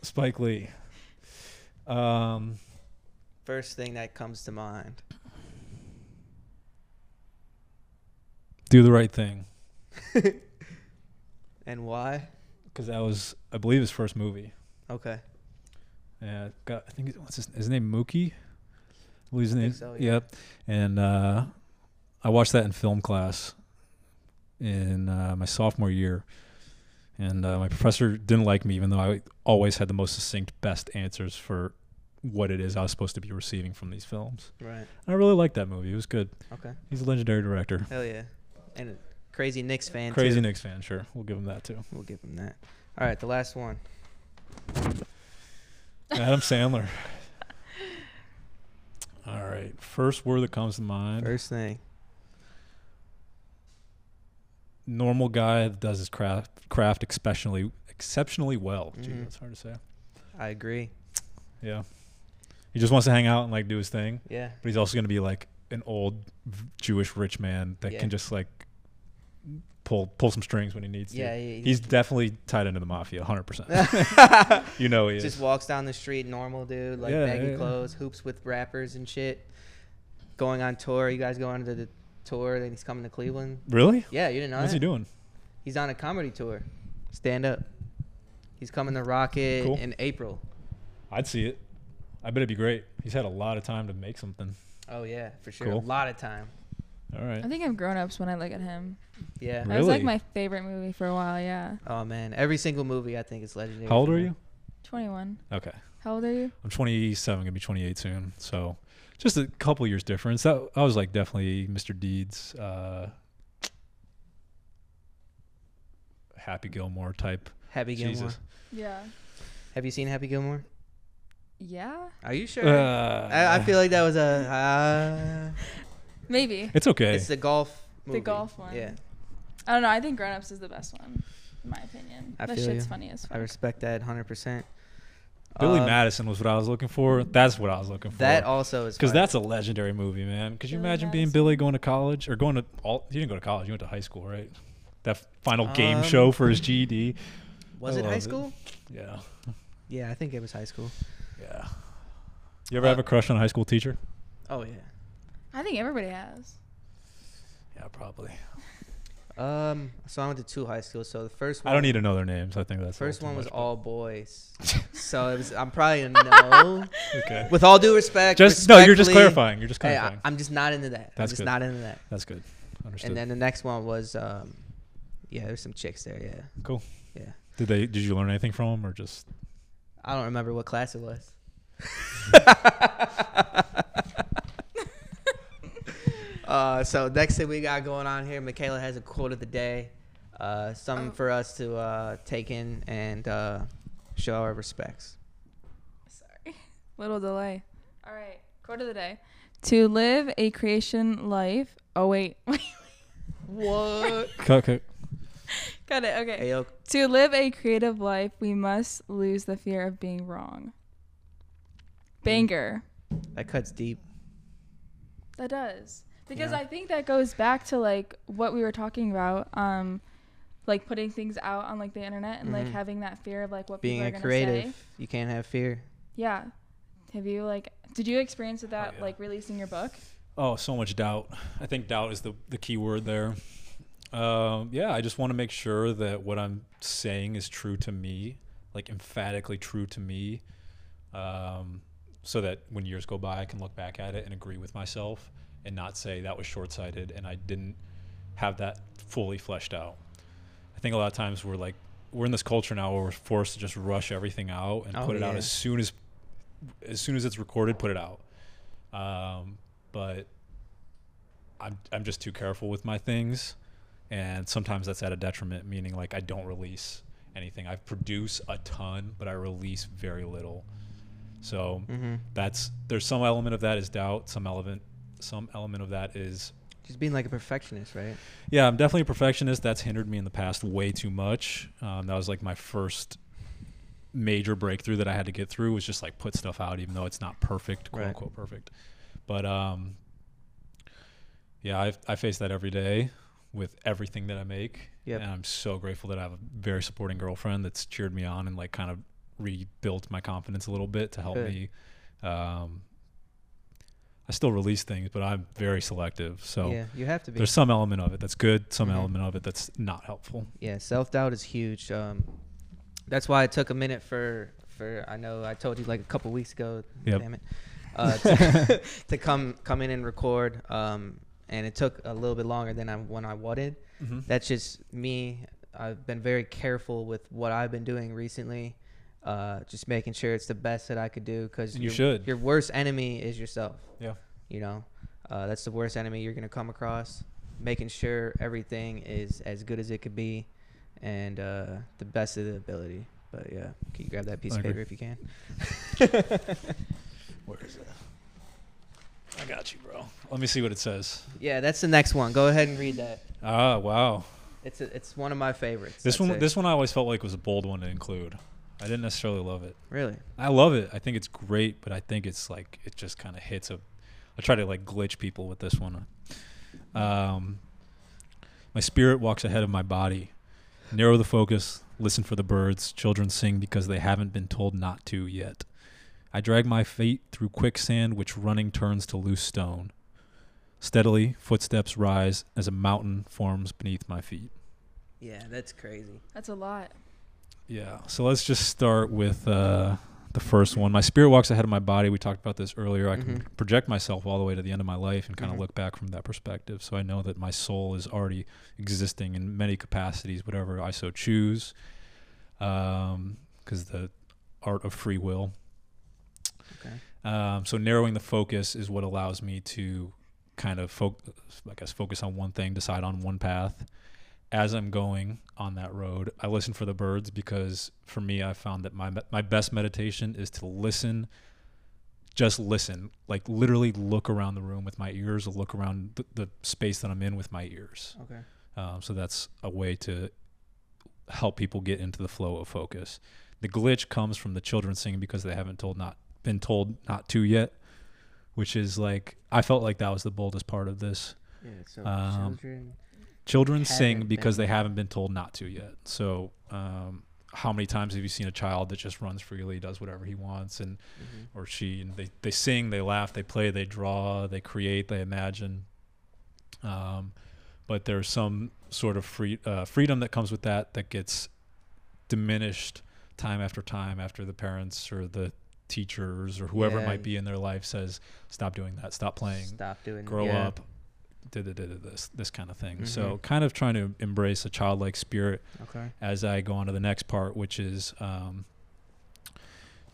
S3: Spike Lee. Um,
S2: First thing that comes to mind.
S3: do the right thing
S2: And why?
S3: because that was, I believe, his first movie.
S2: Okay.
S3: Yeah, got, I think it- what's his, his name Mookie. I believe his name.
S2: so, yeah.
S3: Yep. And uh, I watched that in film class in uh, my sophomore year, and uh, my professor didn't like me, even though I always had the most succinct, best answers for what it is I was supposed to be receiving from these films.
S2: Right.
S3: And I really liked that movie. It was good.
S2: Okay.
S3: He's a legendary director.
S2: Hell yeah. And a crazy Knicks fan.
S3: Crazy
S2: too.
S3: Knicks fan, sure. We'll give him that too.
S2: We'll give him that. All right, the last one.
S3: Adam Sandler. All right. First word that comes to mind.
S2: First thing.
S3: normal guy that does his craft craft exceptionally exceptionally well. Gee,
S2: Mhm.
S3: that's hard to say.
S2: I agree.
S3: Yeah, he just wants to hang out and like do his thing,
S2: Yeah.
S3: but he's also going to be like an old v- Jewish rich man that
S2: Yeah.
S3: can just like pull pull some strings when he needs
S2: Yeah,
S3: to.
S2: he-
S3: he's definitely tied into the mafia, hundred percent. You know he is.
S2: Just walks down the street, normal dude, like
S3: Yeah,
S2: baggy
S3: yeah.
S2: clothes, hoops with rappers and shit. Going on tour. You guys going to the tour? Then he's coming to Cleveland.
S3: really?
S2: Yeah, you didn't know
S3: What's
S2: that?
S3: he doing?
S2: He's on a comedy tour. Stand up. He's coming to Rocket
S3: Cool.
S2: in April.
S3: I'd see it. I bet it'd be great. He's had a lot of time to make something.
S2: Oh yeah, for sure.
S3: Cool.
S2: A lot of time.
S3: All right.
S4: I think I'm grown ups when I look at him.
S2: Yeah.
S4: That was like
S3: Really?
S4: my favorite movie for a while. Yeah.
S2: Oh man, every single movie I think is legendary.
S3: How old
S2: for
S3: are
S2: him.
S3: you?
S4: 21.
S3: Okay.
S4: How old are you?
S3: I'm 27, gonna be 28 soon. So just a couple years difference. That I was like definitely Mr. Deeds, uh, Happy Gilmore type.
S2: Happy Gilmore.
S3: Jesus.
S4: Yeah.
S2: Have you seen Happy Gilmore?
S4: Yeah.
S2: Are you sure?
S3: Uh,
S2: I, I feel like that was a. Uh,
S4: Maybe.
S3: it's okay.
S2: It's the golf.
S4: The
S2: Movie.
S4: golf one.
S2: Yeah,
S4: I don't know. I think Grown Ups is the best one, in my opinion.
S2: I
S4: that
S2: feel
S4: shit's
S2: you.
S4: funny as
S2: I
S4: fuck.
S2: respect that 100. percent
S3: Billy Madison was what I was looking for. That's what I was looking for.
S2: um, That also is
S3: because
S2: fire.
S3: that's a legendary movie, man. Could you
S4: Billy
S3: imagine being
S4: Madison.
S3: Billy going to college or going to all? You didn't go to college. You went to high school, right? That final game
S2: Um,
S3: show for his GED.
S2: was
S3: I
S2: it
S3: love
S2: high
S3: it.
S2: school?
S3: Yeah,
S2: Yeah, I think it was high school.
S3: yeah. You ever
S2: Uh,
S3: have a crush on a high school teacher?
S2: Oh yeah.
S4: I think everybody has.
S3: Yeah, probably.
S2: Um, so I went to two high schools. So the first one
S3: I don't need to know their names. I think that's a
S2: First
S3: little
S2: one
S3: too
S2: was
S3: much,
S2: all boys. so it was, I'm probably a no.
S3: but- Okay.
S2: With all due respect,
S3: Just no. You're just
S2: respectfully,
S3: clarifying. You're just
S2: Hey,
S3: clarifying.
S2: I, I'm just not into that. I'm
S3: That's
S2: just
S3: good.
S2: not into that.
S3: That's good. Understood.
S2: And then the next one was, um, yeah, there's some chicks there. Yeah,
S3: cool.
S2: yeah.
S3: Did they? Did you learn anything from them, or just?
S2: I don't remember what class it was. uh, so next thing we got going on here, Michaela has a quote of the day, uh, something
S4: Oh.
S2: for us to uh, take in and uh, show our respects.
S4: Sorry. Little delay. All right. Quote of the day. To live a creation life. Oh, wait.
S2: What?
S3: Okay.
S4: Got it. Okay.
S2: Ayo,
S4: To live a creative life, we must lose the fear of being wrong. Banger.
S2: that cuts deep.
S4: That does. Because
S2: Yeah.
S4: I think that goes back to like what we were talking about um like putting things out on like the internet and like
S2: Mhm.
S4: having that fear of like what
S2: Being
S4: people are
S2: a
S4: going
S2: creative,
S4: say.
S2: you can't have fear.
S4: Yeah. Have you like did you experience with
S2: Oh,
S4: that
S3: yeah.
S4: like releasing your book?
S3: Oh, so much doubt. I think doubt is the the key word there. Um, yeah, I just want to make sure that what I'm saying is true to me, like emphatically true to me, um, so that when years go by, I can look back at it and agree with myself, and not say that was short sighted and I didn't have that fully fleshed out. I think a lot of times we're like we're in this culture now where we're forced to just rush everything out and
S2: Oh,
S3: put it out
S2: yeah.
S3: as soon as as soon as it's recorded, put it out. Um, but I'm I'm just too careful with my things, and sometimes that's at a detriment. Meaning like I don't release anything. I produce a ton, but I release very little. So
S2: Mhm.
S3: that's there's some element of that is doubt. Some element some element of that is
S2: She's being like a perfectionist, right?
S3: Yeah, I'm definitely a perfectionist. That's hindered me in the past way too much. Um, that was like my first major breakthrough that I had to get through was just like put stuff out, even though it's not perfect, quote
S2: Right.
S3: unquote perfect. But um, yeah, I, I face that every day with everything that I make.
S2: Yep.
S3: And I'm so grateful that I have a very supporting girlfriend that's cheered me on and like kind of rebuilt my confidence a little bit to help
S2: Good.
S3: me. Um, I still release things, but I'm very selective. So
S2: Yeah, you have to be.
S3: there's some element of it that's good, some
S2: Mhm.
S3: element of it that's not helpful.
S2: Yeah, self doubt is huge. Um, that's why it took a minute for for I know I told you like a couple weeks ago.
S3: Yep.
S2: Damn it. Uh, to, to come come in and record, um, and it took a little bit longer than I when I wanted. That's just me. I've been very careful with what I've been doing recently. Uh, just making sure it's the best that I could do because
S3: And you should.
S2: Your worst enemy is yourself.
S3: Yeah.
S2: You know, uh, that's the worst enemy you're gonna come across. Making sure everything is as good as it could be, and uh, the best of the ability. But yeah, can you grab that piece
S3: I
S2: of
S3: agree.
S2: paper if you can?
S3: Where is it? I got you, bro. Let me see what it says.
S2: Yeah, that's the next one. Go ahead and read that.
S3: Ah, wow.
S2: It's a, it's one of my favorites.
S3: This
S2: I'd
S3: one,
S2: say.
S3: this one, I always felt like was a bold one to include. I didn't necessarily love it.
S2: really.
S3: I love it. I think it's great, but I think it's like it just kind of hits a. I try to like glitch people with this one. Um, my spirit walks ahead of my body. Narrow the focus. Listen for the birds. Children sing because they haven't been told not to yet. I drag my feet through quicksand, which running turns to loose stone. Steadily, footsteps rise as a mountain forms beneath my feet.
S2: Yeah, that's crazy.
S4: That's a lot.
S3: Yeah. So let's just start with uh, the first one. My spirit walks ahead of my body. We talked about this earlier. I can
S2: Mhm.
S3: project myself all the way to the end of my life and kind of
S2: Mhm.
S3: look back from that perspective. So I know that my soul is already existing in many capacities, whatever I so choose. Because the art of free will.
S2: Okay.
S3: Um, so narrowing the focus is what allows me to kind of fo- I guess focus on one thing, decide on one path. As I'm going on that road, I listen for the birds because for me, I found that my me- my best meditation is to listen, just listen, like literally look around the room with my ears, or look around the, the space that I'm in with my ears.
S2: Okay.
S3: Um, so that's a way to help people get into the flow of focus. The glitch comes from the children singing because they haven't told not been told not to yet, which is like I felt like that was the boldest part of this.
S2: Yeah. So
S3: Um,
S2: children.
S3: Children sing
S2: Haven't
S3: because
S2: been.
S3: they haven't been told not to yet. So, um, how many times have you seen a child that just runs freely, does whatever he wants, and
S2: Mhm.
S3: or she and they, they sing they laugh they play they draw they create they imagine um, but there's some sort of free, uh, freedom that comes with that that gets diminished time after time after the parents or the teachers or whoever it
S2: Yeah.
S3: might be in their life says stop doing that stop playing
S2: Stop doing.
S3: grow
S2: yeah.
S3: up da, da, da, da, this this kind of thing so kind of trying to embrace a childlike spirit
S2: Okay.
S3: as I go on to the next part, which is um,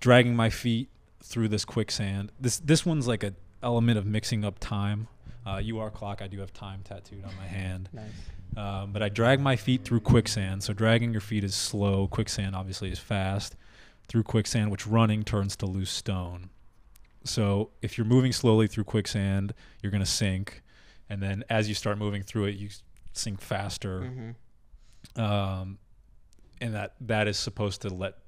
S3: dragging my feet through this quicksand. This this one's like a element of mixing up time. Uh, you are clock. I do have time tattooed on my hand,
S2: Nice.
S3: um, but I drag my feet through quicksand. So dragging your feet is slow. Quicksand obviously is fast. Through quicksand, which running turns to loose stone. So if you're moving slowly through quicksand, you're gonna sink, and then as you start moving through it, you s- sink faster
S2: Mm-hmm.
S3: um, and that that is supposed to let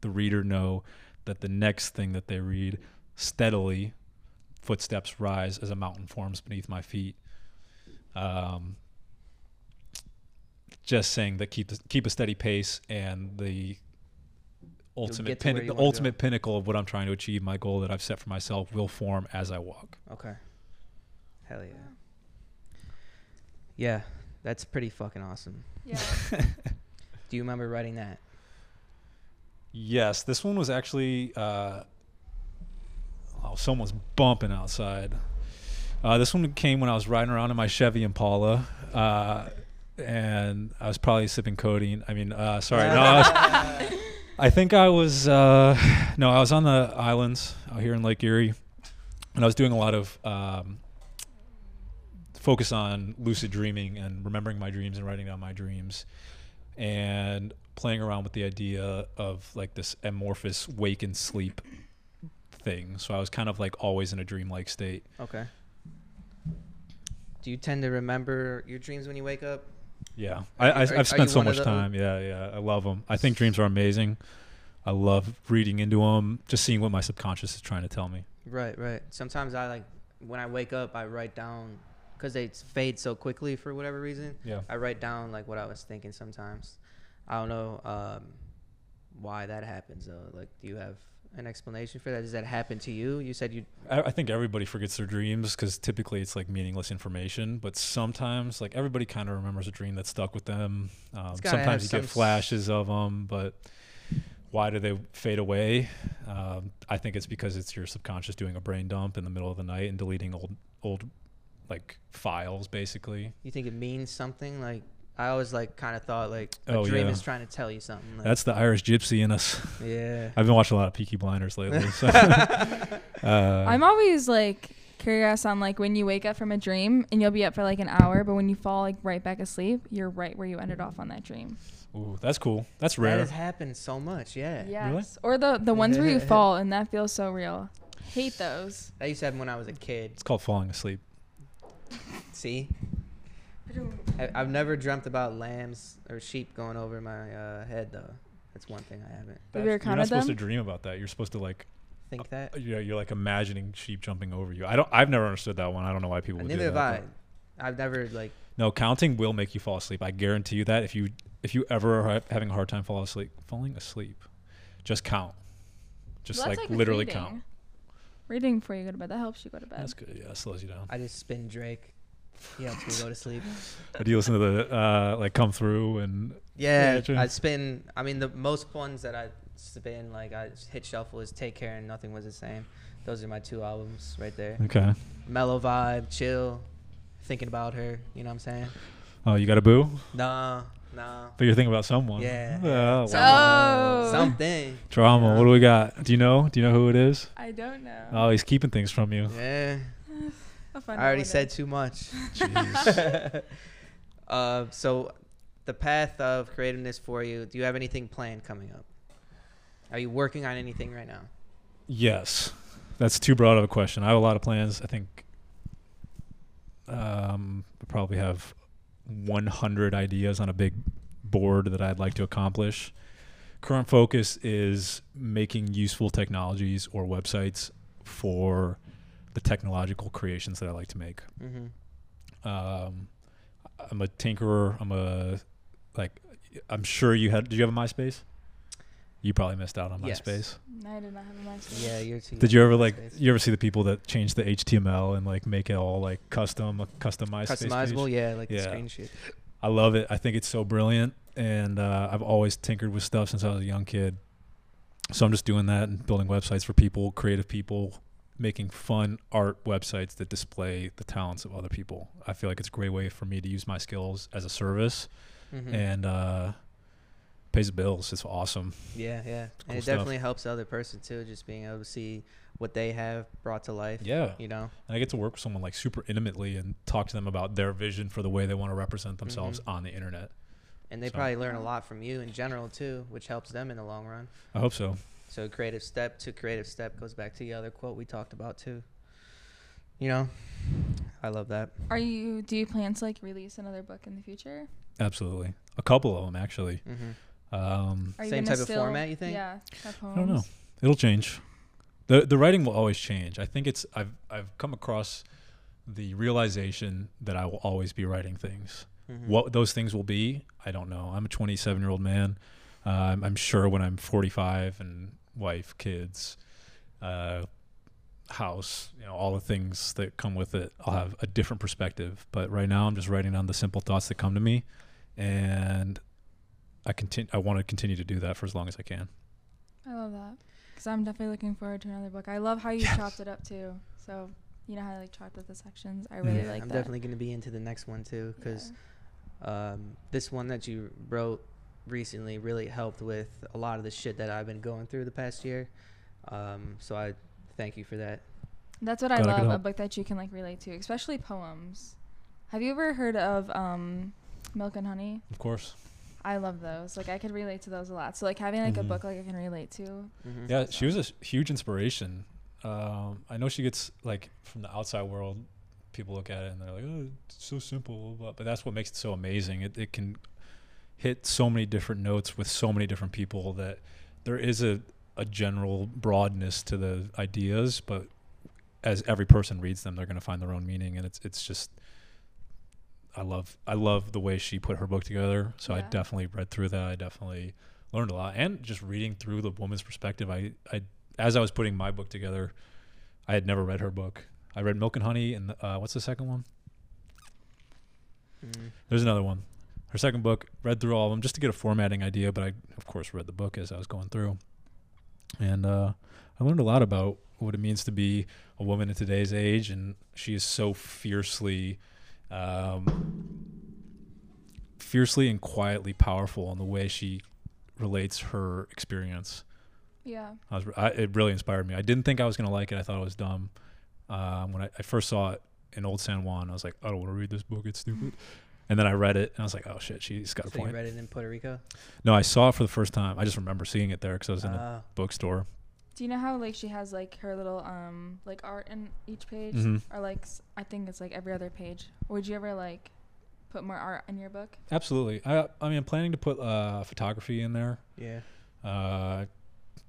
S3: the reader know that the next thing that they read steadily footsteps rise as a mountain forms beneath my feet um, just saying that keep keep a steady pace and the ultimate
S2: get to where
S3: pin-
S2: you
S3: the
S2: wanna go.
S3: ultimate pinnacle of what I'm trying to achieve my goal that I've set for myself will form as I walk
S2: Okay. Hell yeah. Yeah, that's pretty fucking awesome.
S4: Yeah.
S2: Do you remember writing that?
S3: Yes, this one was actually. Uh, oh, someone's bumping outside. Uh, this one came when I was riding around in my Chevy Impala, uh, and I was probably sipping codeine. I mean, uh, sorry, no, I, was, I think I was. Uh, no, I was on the islands out here in Lake Erie, and I was doing a lot of um, focus on lucid dreaming and remembering my dreams and writing down my dreams and playing around with the idea of like this amorphous wake and sleep thing. So I was kind of like always in a dreamlike state.
S2: Okay. Do do you tend to remember your dreams when you wake up?
S3: Yeah, I, I,
S2: are- are
S3: I've spent
S2: you
S3: so
S2: one of
S3: much
S2: the-
S3: time. Yeah, yeah, I love them. I think dreams are amazing. I love reading into them, just seeing what my subconscious is trying to tell me.
S2: Right, right. Sometimes I like when I wake up, I write down because they fade so quickly for whatever reason.
S3: Yeah.
S2: I write down like what I was thinking sometimes. I don't know um, why that happens though. Like, do you have an explanation for that? Does that happen to you? You said you
S3: I, I think everybody forgets their dreams because typically it's like meaningless information. But sometimes, like everybody kind of remembers a dream that stuck with them. Um,
S2: It's gotta have
S3: sometimes you
S2: some
S3: get
S2: s-
S3: flashes of them, but why do they fade away? Um, I think it's because it's your subconscious doing a brain dump in the middle of the night and deleting old old like files, basically.
S2: you think it means something. Like, I always like kind of thought like a
S3: Oh,
S2: dream
S3: yeah.
S2: is trying to tell you something. Like,
S3: That's the Irish gypsy in us.
S2: yeah.
S3: I've been watching a lot of Peaky Blinders lately. So, uh,
S4: I'm always like curious on like when you wake up from a dream and you'll be up for like an hour, but when you fall like right back asleep, you're right where you ended off on that dream.
S3: ooh, that's cool. That's rare.
S2: That has happened so much. Yeah.
S4: Yes. Or the the ones where you fall and that feels so real. Hate those.
S2: That used to happen when I was a kid.
S3: it's called falling asleep.
S2: See? I, I've never dreamt about lambs or sheep going over my uh, head, though. That's one thing I haven't.
S4: Have you ever
S3: You're not
S4: counted
S3: supposed to
S4: them?
S3: dream about that. You're supposed to like
S2: Think that?
S3: Uh, you know, you're like imagining sheep jumping over you. I don't. I've never understood that one. I don't know why people would
S2: Neither
S3: do
S2: have
S3: that.
S2: I.
S3: but-
S2: I've never, like,
S3: No, counting will make you fall asleep. I guarantee you that. If you if you ever are ha- having a hard time falling asleep, falling asleep, just count. Just
S4: Well,
S3: like,
S4: that's with
S3: literally
S4: reading.
S3: count.
S4: Reading before you go to bed. That helps you go to bed.
S3: That's good. Yeah, it slows you down.
S2: I just spin Drake. He helps me go to sleep.
S3: But do you listen to the uh, like come through and
S2: Yeah,
S3: Yeah, true.
S2: I spin. I mean, the most ones that I spin, like, I hit shuffle is Take Care and Nothing Was the Same. Those are my two albums right there.
S3: okay.
S2: Mellow vibe, chill, thinking about her. You know what I'm saying?
S3: Oh, you got a boo?
S2: Nah, nah.
S3: But you're thinking about someone.
S2: Yeah.
S3: Oh,
S2: So-
S3: wow.
S4: Oh.
S2: Something.
S3: Drama. What do we got? Do you know? Do you know who it is?
S4: I don't know.
S3: Oh, he's keeping things from you.
S2: Yeah.
S4: I'll find
S2: I
S4: out
S2: already
S4: one day.
S2: said too much.
S3: Jeez.
S2: Uh, so, the path of creating this for you. Do you have anything planned coming up? Are you working on anything right now?
S3: yes, that's too broad of a question. I have a lot of plans. I think um, I probably have 100 ideas on a big board that I'd like to accomplish. Current focus is making useful technologies or websites for the technological creations that I like to make.
S2: Mm-hmm.
S3: Um, I'm a tinkerer. I'm a like. I'm sure you had. Do you have a MySpace? You probably missed out on
S2: Yes.
S3: MySpace.
S4: No, I did not have a MySpace.
S2: Yeah, you're too.
S3: Did you ever like?
S2: MySpace.
S3: You ever see the people that change the HTML and like make it all like custom, a custom MySpace? page?
S2: customizable? Yeah, like the
S3: Yeah.
S2: screen sheet.
S3: I love it. I think it's so brilliant, and uh, I've always tinkered with stuff since I was a young kid. So I'm just doing that and building websites for people, creative people, making fun art websites that display the talents of other people. I feel like it's a great way for me to use my skills as a service
S2: Mhm.
S3: and uh, pays the bills. It's awesome.
S2: yeah, yeah,
S3: cool
S2: and it
S3: stuff.
S2: definitely helps the other person too, just being able to see what they have brought to life.
S3: Yeah,
S2: You know,
S3: and I get to work with someone like super intimately and talk to them about their vision for the way they want to represent themselves on the internet.
S2: and they
S3: So-
S2: probably learn a lot from you in general too, which helps them in the long run.
S3: I hope so.
S2: So creative step to creative step goes back to the other quote we talked about too. You know, I love that.
S4: Are you? Do you plan to like release another book in the future?
S3: Absolutely, a couple of them actually.
S2: Mm-hmm.
S3: Um,
S4: Are you
S2: Same
S4: gonna
S2: type of
S4: still-
S2: format, you think?
S4: Yeah. Have poems?
S3: I don't know. It'll change. the The writing will always change. I think it's I've I've come across the realization that I will always be writing things. What those things will be, I don't know. I'm a 27 year old man. Uh, I'm, I'm sure when I'm 45 and wife, kids, uh, house, you know, all the things that come with it, I'll have a different perspective. But right now, I'm just writing down the simple thoughts that come to me, and I continue. I want to continue to do that for as long as I can.
S4: I love that because I'm definitely looking forward to another book. I love how you chopped it up too. So you know how I like chopped up the sections. I really
S2: Mm-hmm. Yeah,
S4: like
S2: I'm
S4: that.
S2: definitely going to be into the next one too because um, this one that you wrote recently really helped with a lot of the shit that I've been going through the past year. Um, so I thank you for that.
S4: That's what I
S3: Glad I could
S4: love a
S3: help.
S4: book that you can like relate to, especially poems. Have you ever heard of um, Milk and Honey?
S3: Of course.
S4: I love those. Like I could relate to those a lot. So like having like a
S3: Mm-hmm.
S4: book like I can relate to.
S3: Yeah, she was a s- huge inspiration. Um, I know she gets like from the outside world, people look at it and they're like, "Oh, it's so simple," blah, blah. but that's what makes it so amazing. It it can hit so many different notes with so many different people that there is a a general broadness to the ideas, but as every person reads them, they're going to find their own meaning, and it's it's just. I love I love the way she put her book together. So I
S4: Yeah.
S3: definitely read through that. I definitely learned a lot, and just reading through the woman's perspective, I I as I was putting my book together, I had never read her book. I read Milk and Honey, and uh, what's the second one?
S2: Mm-hmm.
S3: There's another one. Her second book, read through all of them just to get a formatting idea, but I, of course, read the book as I was going through. And uh, I learned a lot about what it means to be a woman in today's age, and she is so fiercely, um, fiercely and quietly powerful in the way she relates her experience.
S4: Yeah.
S3: I was, I, it really inspired me. I didn't think I was gonna like it. I thought it was dumb. Um, when I, I first saw it in Old San Juan, I was like, I don't want to read this book. It's stupid. And then I read it, and I was like, Oh shit, she's got a
S2: So you
S3: point.
S2: read it in Puerto Rico?
S3: No, I saw it for the first time. I just remember seeing it there because I was in a
S2: Uh,
S3: bookstore.
S4: Do you know how like she has like her little um like art in each page
S3: Mhm.
S4: or like s- I think it's like every other page. Would you ever like put more art in your book?
S3: Mm-hmm. Absolutely. I, I mean, I'm planning to put uh, photography in there.
S2: yeah.
S3: Uh, I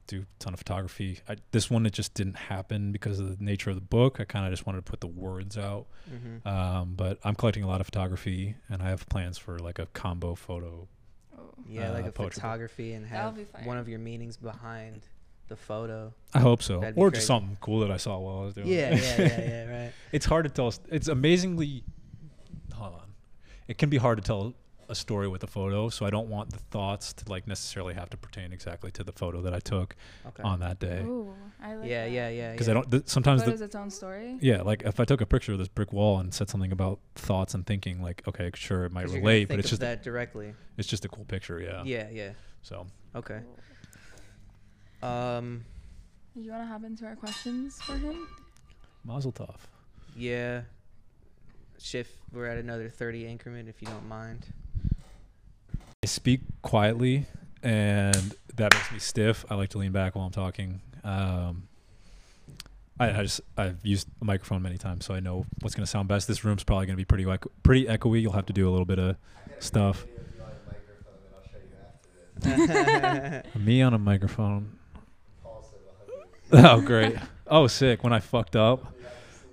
S3: do a ton of photography. I, this one it just didn't happen because of the nature of the book. I kind of just wanted to put the words out.
S2: Mm-hmm.
S3: Um, but I'm collecting a lot of photography, and I have plans for like a combo photo
S4: Oh.
S2: Yeah, like
S3: uh,
S2: a
S3: poetry book.
S2: photography and
S4: That'll
S2: have
S4: be fire.
S2: one of your meanings behind the photo.
S3: I hope so.
S2: That'd be
S3: Or
S2: crazy.
S3: just something cool that I saw while I was doing
S2: Yeah,
S3: it.
S2: yeah, yeah, yeah, right.
S3: it's hard to tell. It's amazingly. Hold on. It can be hard to tell a story with a photo, so I don't want the thoughts to like necessarily have to pertain exactly to the photo that I took
S2: Okay.
S3: on that day.
S4: Ooh, I like
S2: yeah,
S4: that.
S2: yeah, yeah.
S3: Because
S2: yeah.
S3: I don't. Th- sometimes
S4: Photo's
S3: the.
S4: its own story.
S3: Yeah, like if I took a picture of this brick wall and said something about thoughts and thinking, like okay, sure, it might
S2: 'Cause you're gonna
S3: relate, but
S2: think
S3: it's
S2: of
S3: just
S2: that directly.
S3: it's just a cool picture, yeah.
S2: Yeah, yeah.
S3: So
S2: Okay.
S4: Cool.
S2: Um.
S4: Do you want to hop into our questions for him?
S3: Mazel tov.
S2: Yeah. Shift. We're at another 30 increment, if you don't mind.
S3: I speak quietly, and that makes me stiff. I like to lean back while I'm talking. Um, I, I just I've used the microphone many times, so I know what's going to sound best. This room's probably going to be pretty echo- pretty echoey. You'll have to do a little bit of stuff. Me on a microphone. oh great! Oh sick! When I fucked up.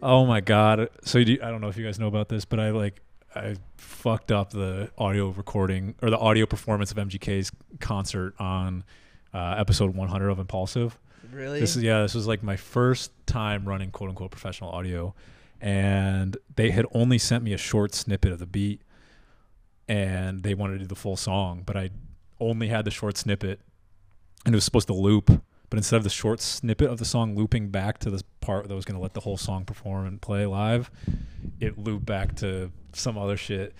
S3: Oh my god! So do you, I don't know if you guys know about this, but I like I fucked up the audio recording or the audio performance of MGK's concert on uh, episode 100 of Impulsive.
S2: really?
S3: This is yeah, this was like my first time running quote unquote professional audio, and they had only sent me a short snippet of the beat, and they wanted to do the full song, but I only had the short snippet, and it was supposed to loop. But instead of the short snippet of the song looping back to this part that was going to let the whole song perform and play live, it looped back to some other shit.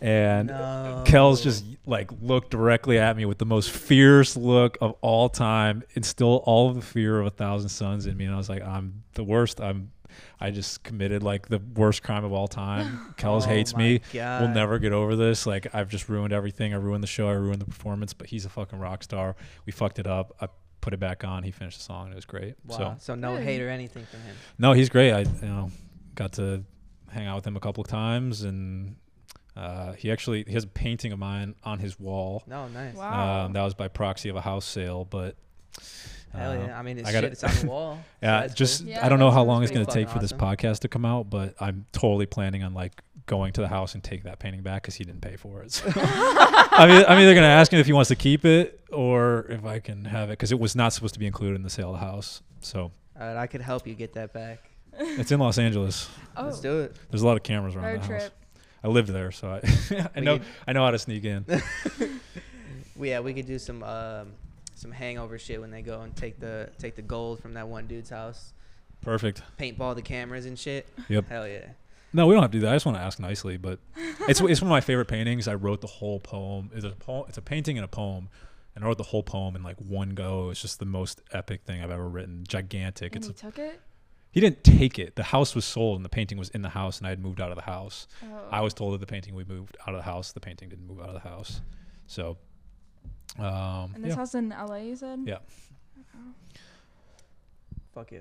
S3: And
S2: no.
S3: Kells just like looked directly at me with the most fierce look of all time, instill all of the fear of a thousand suns in me, and I was like, I'm the worst. I'm, I just committed like the worst crime of all time. Kells
S2: Oh
S3: hates
S2: my
S3: me. We'll
S2: God.
S3: never get over this. Like I've just ruined everything. I ruined the show. I ruined the performance. But he's a fucking rock star. We fucked it up. I put it back on. He finished the song. and It was great.
S2: Wow.
S3: So
S2: So, no
S4: Good.
S2: hate or anything from him.
S3: no, he's great. I you know got to hang out with him a couple of times, and uh, he actually he has a painting of mine on his wall.
S2: No, nice.
S4: Wow.
S3: Um, that was by proxy of a house sale, but uh,
S2: Hell yeah. I mean, it's
S3: I
S2: shit.
S3: gotta-
S2: It's on the wall. so
S3: yeah,
S2: that's
S3: just
S2: cool.
S4: Yeah,
S3: I don't know
S4: that
S3: how
S4: sounds
S3: long it's
S4: pretty
S3: gonna take for
S2: fucking
S3: this
S2: awesome.
S3: podcast to come out, but I'm totally planning on like going to the house and taking that painting back because he didn't pay for it. So. I mean, I'm either gonna ask him if he wants to keep it or if I can have it because it was not supposed to be included in the sale of the house. So
S2: All right, I could help you get that back.
S3: it's in Los Angeles.
S4: Oh,
S2: Let's do it.
S3: There's a lot of cameras around
S4: road
S3: the house.
S4: trip.
S3: I lived there, so I, I
S2: We
S3: know
S2: could-
S3: I know how to sneak in.
S2: Well, yeah, we could do some um, some hangover shit when they go and take the take the gold from that one dude's house,
S3: Perfect.
S2: paintball the cameras and shit.
S3: Yep.
S2: Hell yeah.
S3: No, we don't have to do that. I just want to ask nicely, but it's it's one of my favorite paintings. I wrote the whole poem. It's a poem. It's a painting and a poem, and I wrote the whole poem in like one go. It's just the most epic thing I've ever written. Gigantic.
S4: And
S3: It's
S4: he
S3: a,
S4: took it.
S3: he didn't take it. The house was sold, and the painting was in the house, and I had moved out of the house.
S4: Oh.
S3: I was told that the painting we moved out of the house. The painting didn't move out of the house, so. Um,
S4: And this
S3: yeah.
S4: house in LA, you said.
S3: Yeah.
S2: Fuck yeah.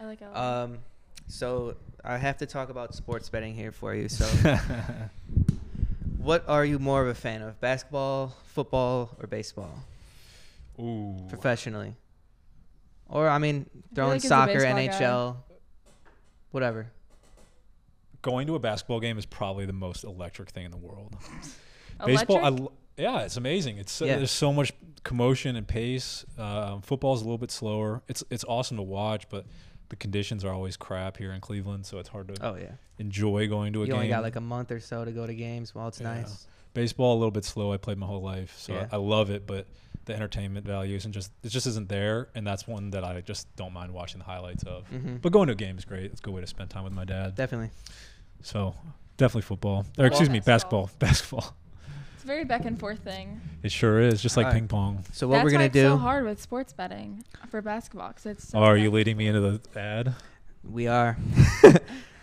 S4: I like LA.
S2: Um, So I have to talk about sports betting here for you. So, what are you more of a fan of, basketball, football, or baseball,
S3: Ooh.
S2: professionally? Or I mean, throwing
S4: like it's a
S2: soccer,
S4: baseball guy.
S2: NHL, whatever.
S3: Going to a basketball game is probably the most electric thing in the world.
S4: Electric?
S3: Baseball, I, l- yeah, it's amazing. It's so
S2: Yeah.
S3: there's so much commotion and pace. Um, football's a little bit slower. It's it's awesome to watch, but the conditions are always crap here in Cleveland, so it's hard to
S2: Oh yeah,
S3: enjoy going to a
S2: you
S3: game.
S2: only got like a month or so to go to games. Well, it's
S3: Yeah.
S2: nice.
S3: Baseball a little bit slow. I played my whole life, so
S2: Yeah.
S3: I, I love it, but the entertainment values and just it just isn't there, and that's one that I just don't mind watching the highlights of.
S2: Mhm.
S3: But going to a game is great. It's a good way to spend time with my dad.
S2: Definitely.
S3: So definitely football. Or excuse me,
S4: Basketball.
S3: basketball. Basketball.
S4: It's a very back and forth thing.
S3: It sure is. Just like
S2: Alright.
S3: ping pong.
S2: So what
S4: That's
S2: we're
S4: why
S2: gonna
S4: it's
S2: do?
S4: so hard with sports betting for basketball 'cause it's. So
S3: Oh, are
S4: back-
S3: you leading me into the ad?
S2: We are.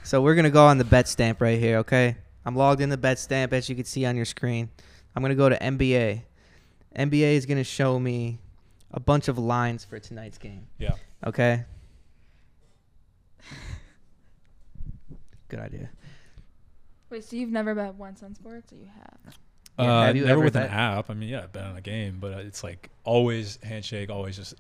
S2: so we're gonna go on the bet stamp right here, okay? I'm logged in the bet stamp as you can see on your screen. I'm gonna go to NBA. NBA is gonna show me a bunch of lines for tonight's game.
S3: Yeah.
S2: Okay. Good idea.
S4: Wait, so you've never bet once on sports, or you have?
S2: Yeah,
S3: uh,
S2: have you
S3: never
S2: ever
S3: with
S2: bet-
S3: an app. I mean, yeah, I've been on a game, but it's like always handshake, always just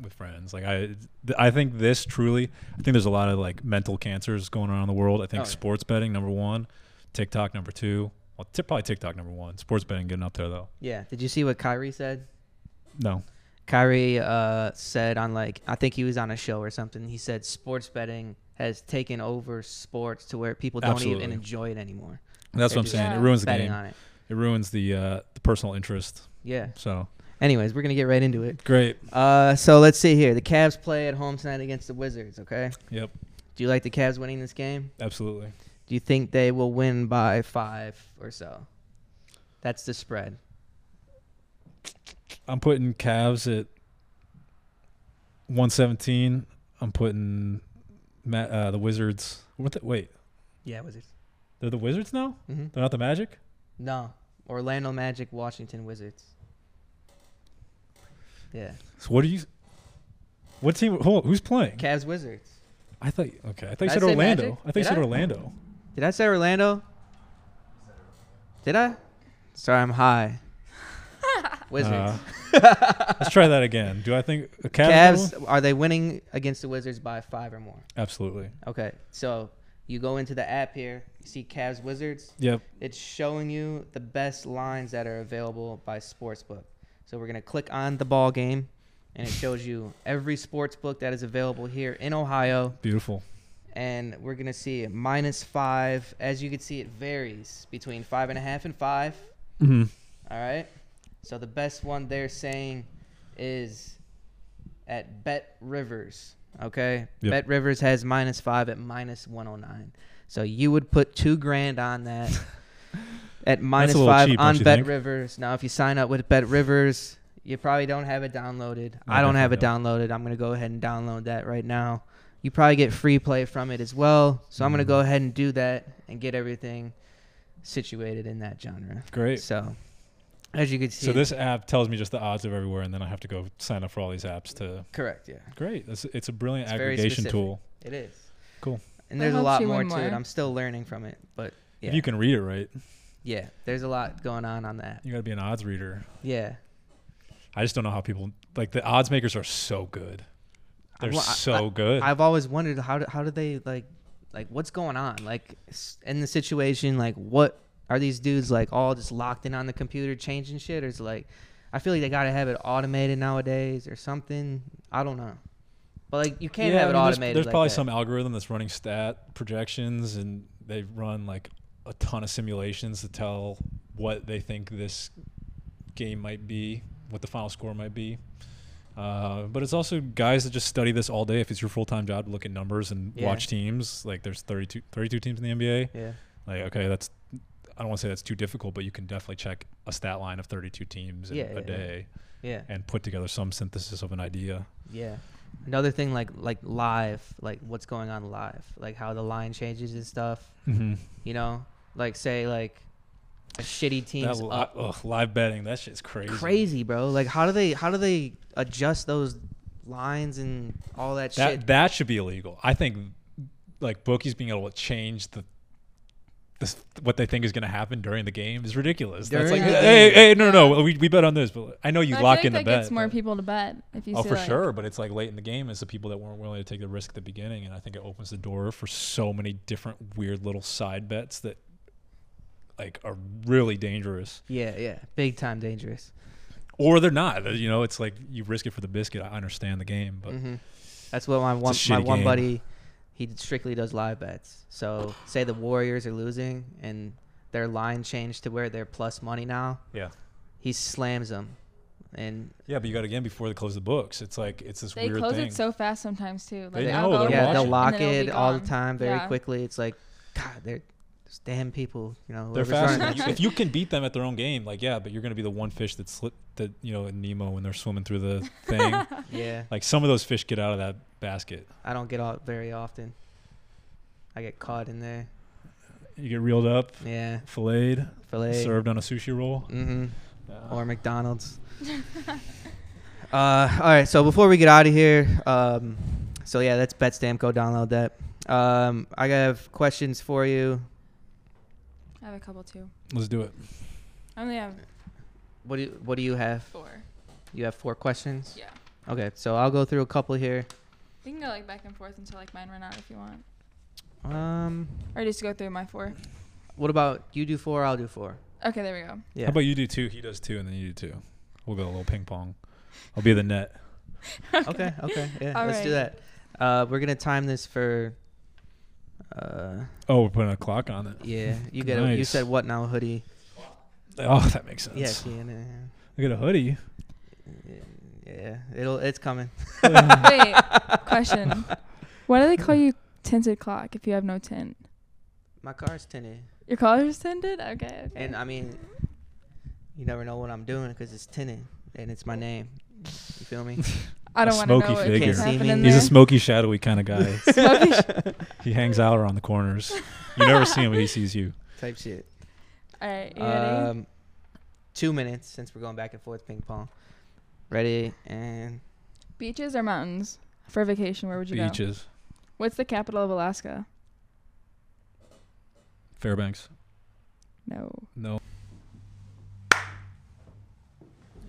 S3: with friends. Like I, th- I think this truly. I think there's a lot of like mental cancers going on in the world. I think
S2: Oh, yeah.
S3: sports betting number one, TikTok number two. Well, t- probably TikTok number one. Sports betting getting up there though.
S2: Yeah. Did you see what Kyrie said?
S3: No,
S2: Kyrie uh, said on like I think he was on a show or something. He said sports betting has taken over sports to where people don't even
S3: Absolutely.
S2: enjoy it anymore.
S3: that's
S2: They're
S3: what I'm
S2: just
S3: saying. It
S4: Yeah.
S3: ruins the
S2: Betting
S3: game.
S2: on it.
S3: It ruins the uh, the personal interest.
S2: Yeah.
S3: So
S2: Anyways, we're gonna get right into it.
S3: great.
S2: Uh, so let's see here. The Cavs play at home tonight against the Wizards. Okay.
S3: Yep,
S2: Do you like the Cavs winning this game?
S3: absolutely.
S2: Do you think they will win by five or so? That's the spread.
S3: I'm putting Cavs at 117. I'm putting Ma- uh, the Wizards. What the, wait,
S2: Yeah, Wizards.
S3: they're the Wizards now?
S2: hmm
S3: They're not the Magic?
S2: No, Orlando Magic, Washington Wizards. Yeah,
S3: So what do you? What team? Hold on, who's playing?
S2: Cavs Wizards.
S3: I thought. Okay, I thought you
S2: I
S3: said
S2: say
S3: Orlando.
S2: Magic?
S3: I thought you
S2: Did
S3: said
S2: I?
S3: Orlando.
S2: Did I say Orlando? Did I? Sorry, I'm high. Wizards.
S3: Uh, let's try that again. Do I think uh, Cavs?
S2: Cavs,
S3: middle?
S2: are they winning against the Wizards by five or more?
S3: Absolutely.
S2: Okay, so you go into the app here. You see Cavs Wizards.
S3: Yep.
S2: It's showing you the best lines that are available by sportsbook. So we're gonna click on the ball game, and it shows you every sportsbook that is available here in Ohio.
S3: Beautiful.
S2: And we're gonna see it minus five. As you can see, it varies between five and a half and five.
S3: Mm-hmm.
S2: All right. So the best one they're saying is at Bet Rivers. Okay.
S3: Yep.
S2: Bet Rivers has minus five at minus 109. So you would put two grand on that at minus
S3: little
S2: five
S3: cheap, don't
S2: on
S3: you
S2: Bet
S3: think?
S2: Rivers. Now, if you sign up with Bet Rivers, you probably don't have it downloaded. I don't have it downloaded. I'm going to go ahead and download that right now. You probably get free play from it as well. So I'm going to go
S3: Mm-hmm.
S2: ahead and do that and get everything situated in that genre.
S3: Great.
S2: So, as you can see,
S3: So this app tells me just the odds of everywhere, and then I have to go sign up for all these apps to.
S2: correct, yeah,
S3: Great. That's, it's a brilliant
S2: It's very
S3: aggregation
S2: specific.
S3: tool.
S2: it is.
S3: Cool.
S2: And
S4: That
S2: there's a
S4: helps
S2: lot
S4: you
S2: more
S4: win
S2: to it.
S4: more.
S2: I'm still learning from it, but yeah,
S3: If you can read it right,
S2: yeah, there's a lot going on on that.
S3: you got to be an odds reader.
S2: Yeah,
S3: I just don't know how people like the odds makers are so good. They're
S2: Well, I-
S3: so good.
S2: I've always wondered how do, how do they like like what's going on like s- in the situation like what are these dudes like all just locked in on the computer changing shit or is it like I feel like they gotta have it automated nowadays or something. I don't know, but like you can't have it
S3: I mean, there's-
S2: automated.
S3: There's,
S2: like
S3: probably
S2: that.
S3: some algorithm that's running stat projections, and they run like a ton of simulations to tell what they think this game might be, what the final score might be. Uh, but it's also guys that just study this all day. If it's your full time job to look at numbers and
S2: Yeah.
S3: watch teams, like there's 32, 32 teams in the NBA.
S2: yeah.
S3: Like, okay, that's I don't want to say that's too difficult, but you can definitely check a stat line of 32 teams in
S2: Yeah, yeah, yeah.
S3: a day
S2: Yeah.
S3: and put together some synthesis of an idea.
S2: Yeah. Another thing like like live, like what's going on live, like how the line changes and stuff.
S3: Mm-hmm.
S2: You know, like say like a shitty team's
S3: li-
S2: up.
S3: ugh, live betting, that shit's crazy.
S2: crazy, bro. Like how do they how do they adjust those lines and all that,
S3: That
S2: shit?
S3: that should be illegal. I think like bookies being able to change the this, what they think is going to happen during the game is ridiculous. That's
S2: During
S3: like,
S2: the
S3: hey, hey, no, no, no, we, we bet on this, but I know you
S4: I feel
S3: lock
S4: like
S3: in the
S4: that
S3: bet.
S4: gets more
S3: but-
S4: people to bet if you
S3: oh,
S4: see
S3: for
S4: like,
S3: sure, but it's like late in the game is the people that weren't willing to take the risk at the beginning, and I think it opens the door for so many different weird little side bets that like are really dangerous,
S2: Yeah, yeah, big time dangerous.
S3: or they're not. You know, it's like you risk it for the biscuit. I understand the game,
S2: Mm-hmm.
S3: but
S2: That's what my one my
S3: shitty
S2: one
S3: game.
S2: buddy, he strictly does live bets. So say the Warriors are losing and their line changed to where they're plus money now.
S3: yeah,
S2: He slams them, and
S3: yeah, but you got to again before they close the books. It's like it's this
S4: They
S3: weird
S4: close
S3: thing.
S4: it so fast sometimes too.
S3: They
S4: I'll
S3: know,
S4: go
S3: Oh, they're
S4: to
S2: Oh, yeah,
S4: watch
S2: they'll
S4: it,
S2: lock
S4: and then it'll
S2: it
S4: be
S2: all the
S4: gone.
S2: time very
S4: Yeah.
S2: quickly. It's like, God, they're those damn people. You know,
S3: They're
S2: whoever's running
S3: faster.
S2: that
S3: You-
S2: shit.
S3: if you can beat them at their own game, like yeah, but you're gonna be the one fish that slip that you know in Nemo when they're swimming through the thing.
S2: yeah,
S3: like some of those fish get out of that basket.
S2: I don't get out very often. I get caught in there.
S3: You get reeled up,
S2: Yeah,
S3: filleted,
S2: fillet.
S3: served on a sushi roll.
S2: Mm-hmm. or McDonald's. uh, all right, so before we get out of here, um, so yeah, that's Betstamp. Go download that. Um, I have questions for you.
S4: I have a couple too.
S3: Let's do it.
S4: I only have
S2: What do you, What do you have?
S4: four.
S2: You have four questions.
S4: Yeah.
S2: Okay, so I'll go through a couple here.
S4: We can go like back and forth until like mine run out if you want.
S2: Um,
S4: Or just go through my four.
S2: what about you? Do four. I'll do four.
S4: Okay, there we go.
S2: Yeah.
S3: How about you do two? He does two, and then you do two. We'll go a little ping pong. I'll be the net.
S2: okay. Okay. Yeah.
S4: All
S2: let's do that. Uh, we're gonna time this for. Uh,
S3: Oh, we're putting a clock on it.
S2: yeah. You get. A, you
S3: Nice.
S2: said what now? Hoodie.
S3: Oh, that makes sense.
S2: Yeah. Keanu,
S3: I got a hoodie.
S2: Yeah. It'll. It's coming.
S4: Wait, question. Why do they call you tinted clock if you have no tint?
S2: My car's tinted.
S4: Your collar's tinted? Okay. okay.
S2: And I mean, you never know what I'm doing because it's tinted and it's my name. You feel me?
S4: I
S3: a
S4: don't want to know
S3: smoky
S4: what
S3: figure.
S2: Can't
S4: keeps
S2: see
S4: happening
S2: me.
S4: there.
S3: He's a smoky, shadowy kind of guy.
S4: Smoky sh-
S3: he hangs out around the corners. You never see him, but he sees you.
S2: Type shit.
S4: All right, you ready?
S2: Um, two minutes since we're going back and forth ping pong. Ready and
S4: Beaches or mountains for vacation? Where would you go?
S3: Beaches,
S4: What's the capital of Alaska?
S3: Fairbanks.
S4: No.
S3: No.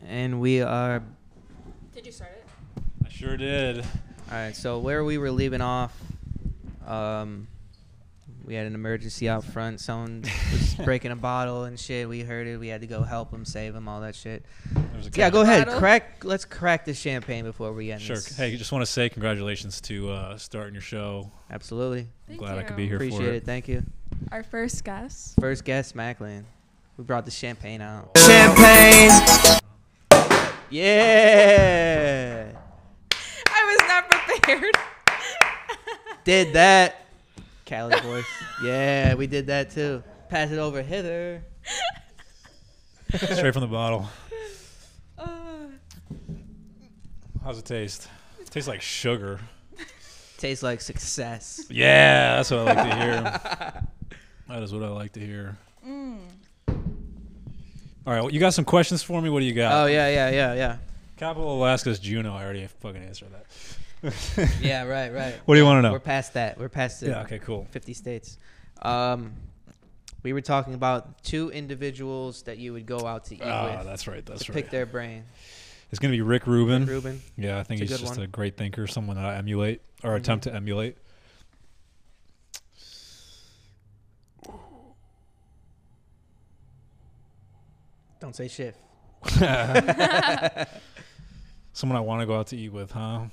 S2: and we are.
S4: Did you start it?
S3: I sure did.
S2: All right. So where we were leaving off, um, we had an emergency out front. Someone was breaking a bottle and shit. We heard it. We had to go help him, save him, all that shit.
S3: There was a
S2: Yeah, go ahead.
S4: Bottle?
S2: Crack. Let's crack the champagne before we end.
S3: Sure.
S2: This.
S3: Hey, just want to say congratulations to uh, starting your show.
S2: Absolutely.
S4: Thank
S3: Glad I could
S4: you.
S3: be here for
S2: Appreciate
S3: it.
S2: it. Thank you.
S4: Our first guest.
S2: First guest, Macklin. We brought the champagne out.
S1: Champagne.
S2: Yeah.
S4: I was not prepared.
S2: Did that. Callie's voice. Yeah, we did that too. Pass it over hither.
S3: Straight from the bottle.
S4: Uh,
S3: How's it taste? tastes like sugar.
S2: Tastes like success.
S3: Yeah, that's what I like to hear. that is what I like to hear.
S4: Mm,
S3: All right, well, you got some questions for me? What do you got?
S2: Oh yeah, yeah, yeah, yeah.
S3: Capital of Alaska's Juneau. I already fucking answered that.
S2: Yeah, right, right.
S3: What do you want to
S2: We're
S3: know?
S2: past that. We're past it.
S3: Oh. Yeah, okay, cool.
S2: 50 states. Um, we were talking about two individuals that you would go out to eat
S3: Ah,
S2: with.
S3: that's right. That's
S2: to
S3: right.
S2: pick their brain.
S3: It's going to be Rick Rubin.
S2: Ruben.
S3: Yeah, I think
S2: It's a
S3: he's
S2: good
S3: just
S2: one. Mm-hmm.
S3: a great thinker, someone that I emulate or attempt to emulate.
S2: Don't say shit.
S3: someone I want to go out to eat with, huh?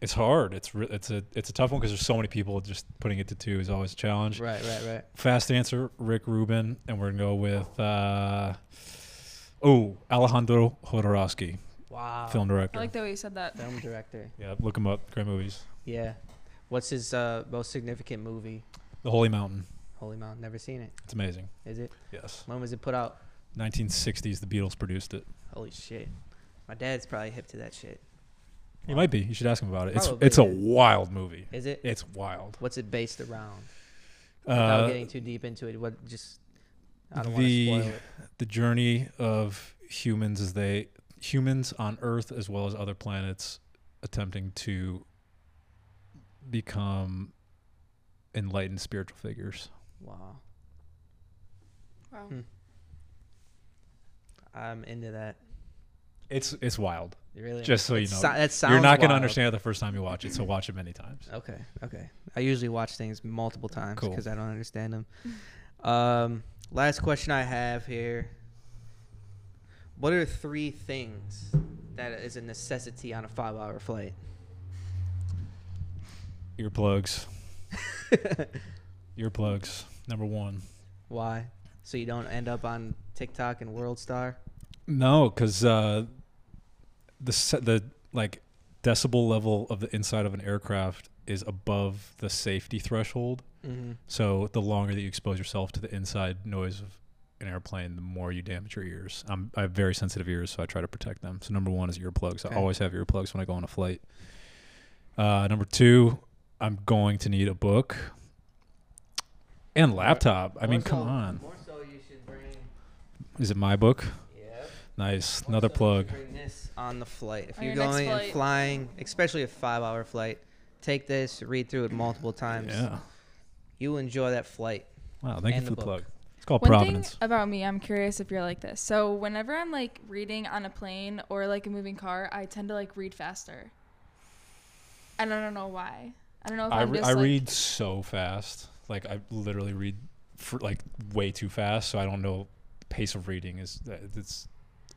S3: It's hard. It's re- it's a it's a tough one because there's so many people. Just putting it to two is always a challenge.
S2: Right, right, right.
S3: Fast answer: Rick Rubin, and we're gonna go with uh, oh Alejandro Jodorowsky,
S2: Wow.
S3: film director.
S4: I like the way you said that.
S2: Film director.
S3: yeah, look him up. Great movies.
S2: Yeah. What's his uh, most significant movie?
S3: The Holy Mountain.
S2: Holy Mount. Never seen it.
S3: It's amazing.
S2: Is it?
S3: Yes.
S2: When was it put out?
S3: 1960s. The Beatles produced it.
S2: Holy shit. My dad's probably hip to that shit.
S3: You might be. You should ask him about it. It's
S2: Probably,
S3: it's a
S2: yeah.
S3: wild movie.
S2: Is it?
S3: It's wild.
S2: What's it based around? Without
S3: Uh,
S2: getting too deep into it, what just I don't
S3: the-
S2: want to spoil it.
S3: the journey of humans as they humans on earth as well as other planets attempting to become enlightened spiritual figures.
S2: Wow. Hmm.
S4: Wow.
S2: I'm into that.
S3: It's it's wild.
S2: You really?
S3: Just so you
S2: It's
S3: know,
S2: so- that sounds
S3: you're not going
S2: wild. Oh.
S3: to understand it the first time you watch it. So watch it many times.
S2: Okay. Okay. I usually watch things multiple times
S3: Cool.
S2: because I don't understand them. um, last question I have here. What are three things that is a necessity on a five-hour flight?
S3: Earplugs. Earplugs. Number one.
S2: Why? So you don't end up on TikTok and World Star.
S3: No, because uh, the se- the like decibel level of the inside of an aircraft is above the safety threshold.
S2: Mm-hmm.
S3: So the longer that you expose yourself to the inside noise of an airplane, the more you damage your ears. I'm, I have very sensitive ears, so I try to protect them. So number one is earplugs.
S2: Okay.
S3: I always have earplugs when I go on a flight. Uh, number two, I'm going to need a book and laptop. I mean, come on.
S2: More so, you should bring.
S3: Is it my book?
S2: Yeah.
S3: Nice.
S2: More
S3: Another
S2: so, you
S3: plug.
S2: should Bring this on the flight. If
S4: On
S2: you're
S4: your next
S2: going and
S4: flight.
S2: flying, especially a five-hour flight, take this, read through it multiple times.
S3: Yeah.
S2: You will enjoy that flight.
S3: Wow. Thank
S2: And the
S3: you for the,
S2: book.
S3: plug. It's called
S4: One
S3: Providence.
S4: thing about me, I'm curious if you're like this. So whenever I'm like reading on a plane or like a moving car, I tend to like read faster. And I don't know why. I don't know if I,
S3: I,
S4: am
S3: re-
S4: just
S3: I
S4: like,
S3: read so fast. Like I literally read for like way too fast. So I don't know. Pace of reading is uh, it's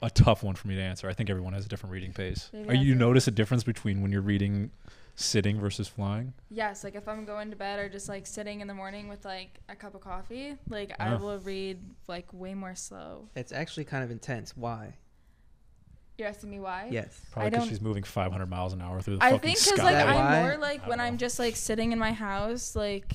S3: a tough one for me to answer. I think everyone has a different reading pace.
S4: Maybe
S3: Are you
S4: that's it.
S3: notice a difference between when you're reading sitting versus flying?
S4: yes, like if I'm going to bed or just like sitting in the morning with like a cup of coffee, like I
S3: Yeah.
S4: will read like way more slow.
S2: It's actually kind of intense. Why?
S4: You're asking me why?
S2: Yes.
S3: Probably because
S4: don't-
S3: she's moving 500 miles an hour through the
S4: I
S3: fucking
S4: think because
S3: sky.
S4: like
S2: Is that
S4: I'm
S2: why?
S4: more like
S3: I
S4: when
S3: don't
S4: I'm
S3: know.
S4: just like sitting in my house, like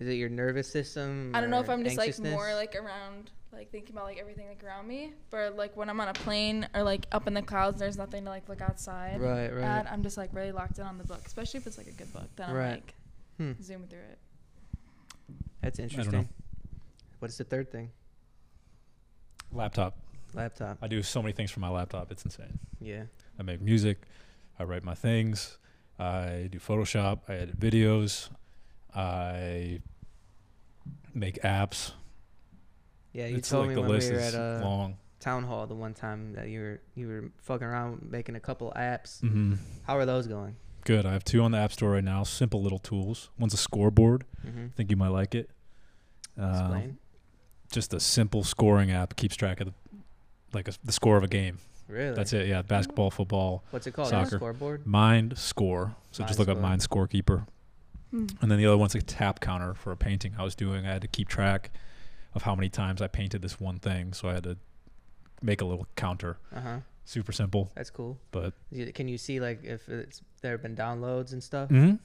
S2: Is it your nervous system?
S4: I don't know if
S2: or
S4: I'm just like
S2: anxiousness?
S4: more like around, like thinking about like everything like around me. But like when I'm on a plane or like up in the clouds, there's nothing to like look outside.
S2: Right, right.
S4: at. I'm just like really locked in on the book, especially if it's like a good book. Then I'm
S2: Right.
S4: like
S2: Hmm.
S4: zooming through it.
S2: That's interesting. What is the third thing?
S3: laptop.
S2: Laptop.
S3: I do so many things for my laptop. It's insane.
S2: Yeah.
S3: I make music. I write my things. I do Photoshop. I edit videos. I make apps.
S2: Yeah. You
S3: it's
S2: told me
S3: like the
S2: when we
S3: list
S2: were
S3: is
S2: at uh, a
S3: long.
S2: town hall the one time that you were you were fucking around making a couple apps.
S3: hmm
S2: How are those going?
S3: Good. I have two on the App Store right now. Simple little tools. One's a scoreboard.
S2: Mm-hmm.
S3: I think you might like it. Uh,
S2: Explain.
S3: just a simple scoring app keeps track of the, like a, the score of a game.
S2: Uh, Really?
S3: That's it. Yeah, basketball, football,
S2: What's it called?
S3: Soccer.
S2: Scoreboard.
S3: Mind Score. So just
S2: Mind
S3: look up Mind Scorekeeper.
S4: Hmm.
S3: And then the other one's a tap counter for a painting I was doing. I had to keep track of how many times I painted this one thing, so I had to make a little counter.
S2: Uh huh.
S3: Super simple,
S2: That's cool.
S3: but
S2: You- Can you see like if it's there have been downloads and stuff?
S3: Mhm.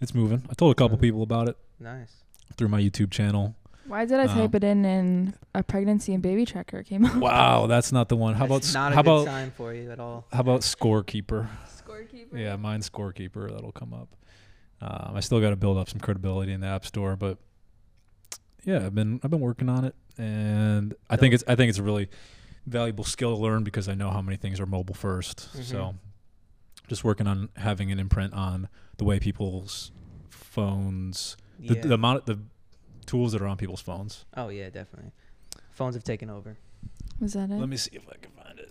S3: it's moving. I told a couple
S2: Mhm.
S3: people about it
S2: Nice.
S3: through my YouTube channel.
S4: Why did I type
S3: Um,
S4: it in and a pregnancy and baby tracker came up?
S3: Wow, that's not the one. How about
S2: That's
S3: s-
S2: not a
S3: how
S2: good
S3: about
S2: sign for you at all?
S3: how about scorekeeper?
S4: Scorekeeper.
S3: Yeah, mine scorekeeper. That'll come up. Um, I still got to build up some credibility in the app store, but yeah, I've been I've been working on it, and I think it's I think it's a really valuable skill to learn because I know how many things are mobile 1st
S2: Mm-hmm.
S3: So just working on having an imprint on the way people's phones, the,
S2: Yeah.
S3: the amount, the tools that are on people's phones.
S2: oh yeah, definitely. Phones have taken over.
S4: Was that it?
S3: Let me see if I can find it.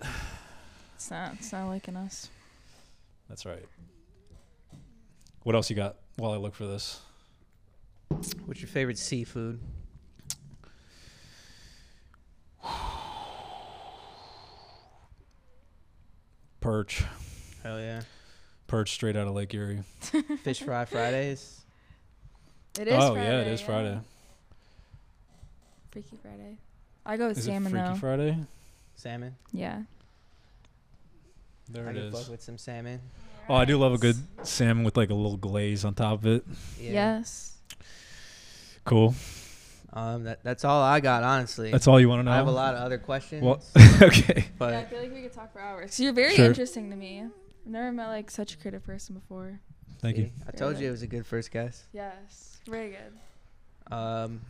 S4: It's not. It's not liking us.
S3: That's right. What else you got while I look for this?
S2: What's your favorite seafood?
S3: Perch.
S2: Hell yeah.
S3: Perch straight out of Lake Erie.
S2: Fish fry Fridays.
S4: It is.
S3: oh
S4: Friday,
S3: yeah, it is Friday.
S4: Freaky Friday. I go with
S3: Is it
S4: salmon
S3: Freaky
S4: though.
S3: Friday?
S2: Salmon.
S4: yeah.
S3: There
S2: I
S3: it
S2: can fuck
S3: is.
S2: with some salmon.
S3: Oh, I do love a good salmon with like a little glaze on top of it.
S2: Yeah.
S4: Yes.
S3: Cool.
S2: Um, that, that's all I got, honestly.
S3: That's all you want to know.
S2: I have a lot of other questions.
S3: Well, okay.
S4: yeah, I
S2: But
S4: feel like we could talk for hours. So you're very
S3: Sure.
S4: interesting to me. I've never met like such a creative person before.
S3: Thank you.
S2: see, I told you it was a good first guess.
S4: Yes, very good.
S2: Um,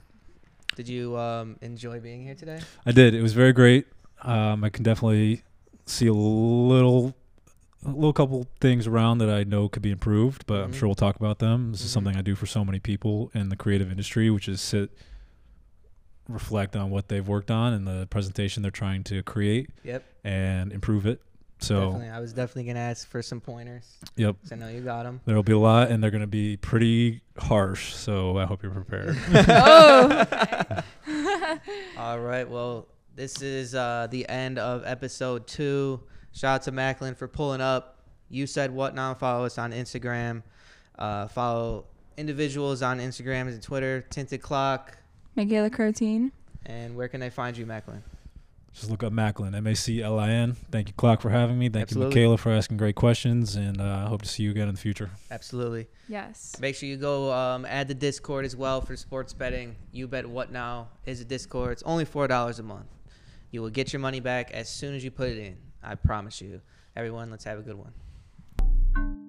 S2: did you um, enjoy being here today?
S3: I did. It was very great. Um, I can definitely see a little a little couple things around that I know could be improved, but I'm
S2: Mhm.
S3: sure we'll talk about them. This is
S2: Mhm.
S3: something I do for so many people in the creative industry, which is sit, reflect on what they've worked on and the presentation they're trying to create
S2: Yep.
S3: and improve it. So,
S2: Definitely. I was definitely gonna ask for some pointers.
S3: yep,
S2: 'cause I know you got them.
S3: there'll be a lot, and they're going to be pretty harsh. So I hope you're prepared.
S4: oh,
S2: All right. Well, this is uh, the end of episode two. Shout out to Macklin for pulling up. You said what now? Follow us on Instagram. Uh, follow individuals on Instagram and Twitter. Tinted Clock.
S4: Megala Croteen.
S2: And where can they find you, Macklin?
S3: Just look up Macklin, M A C L I N. Thank you, Clock, for having me. Thank
S2: Absolutely.
S3: you, Michaela, for asking great questions, and uh, I hope to see you again in the future.
S2: Absolutely.
S4: Yes.
S2: Make sure you go um, add the Discord as well for sports betting. You bet what now is a Discord. It's only four dollars a month. You will get your money back as soon as you put it in. I promise you. Everyone, let's have a good one.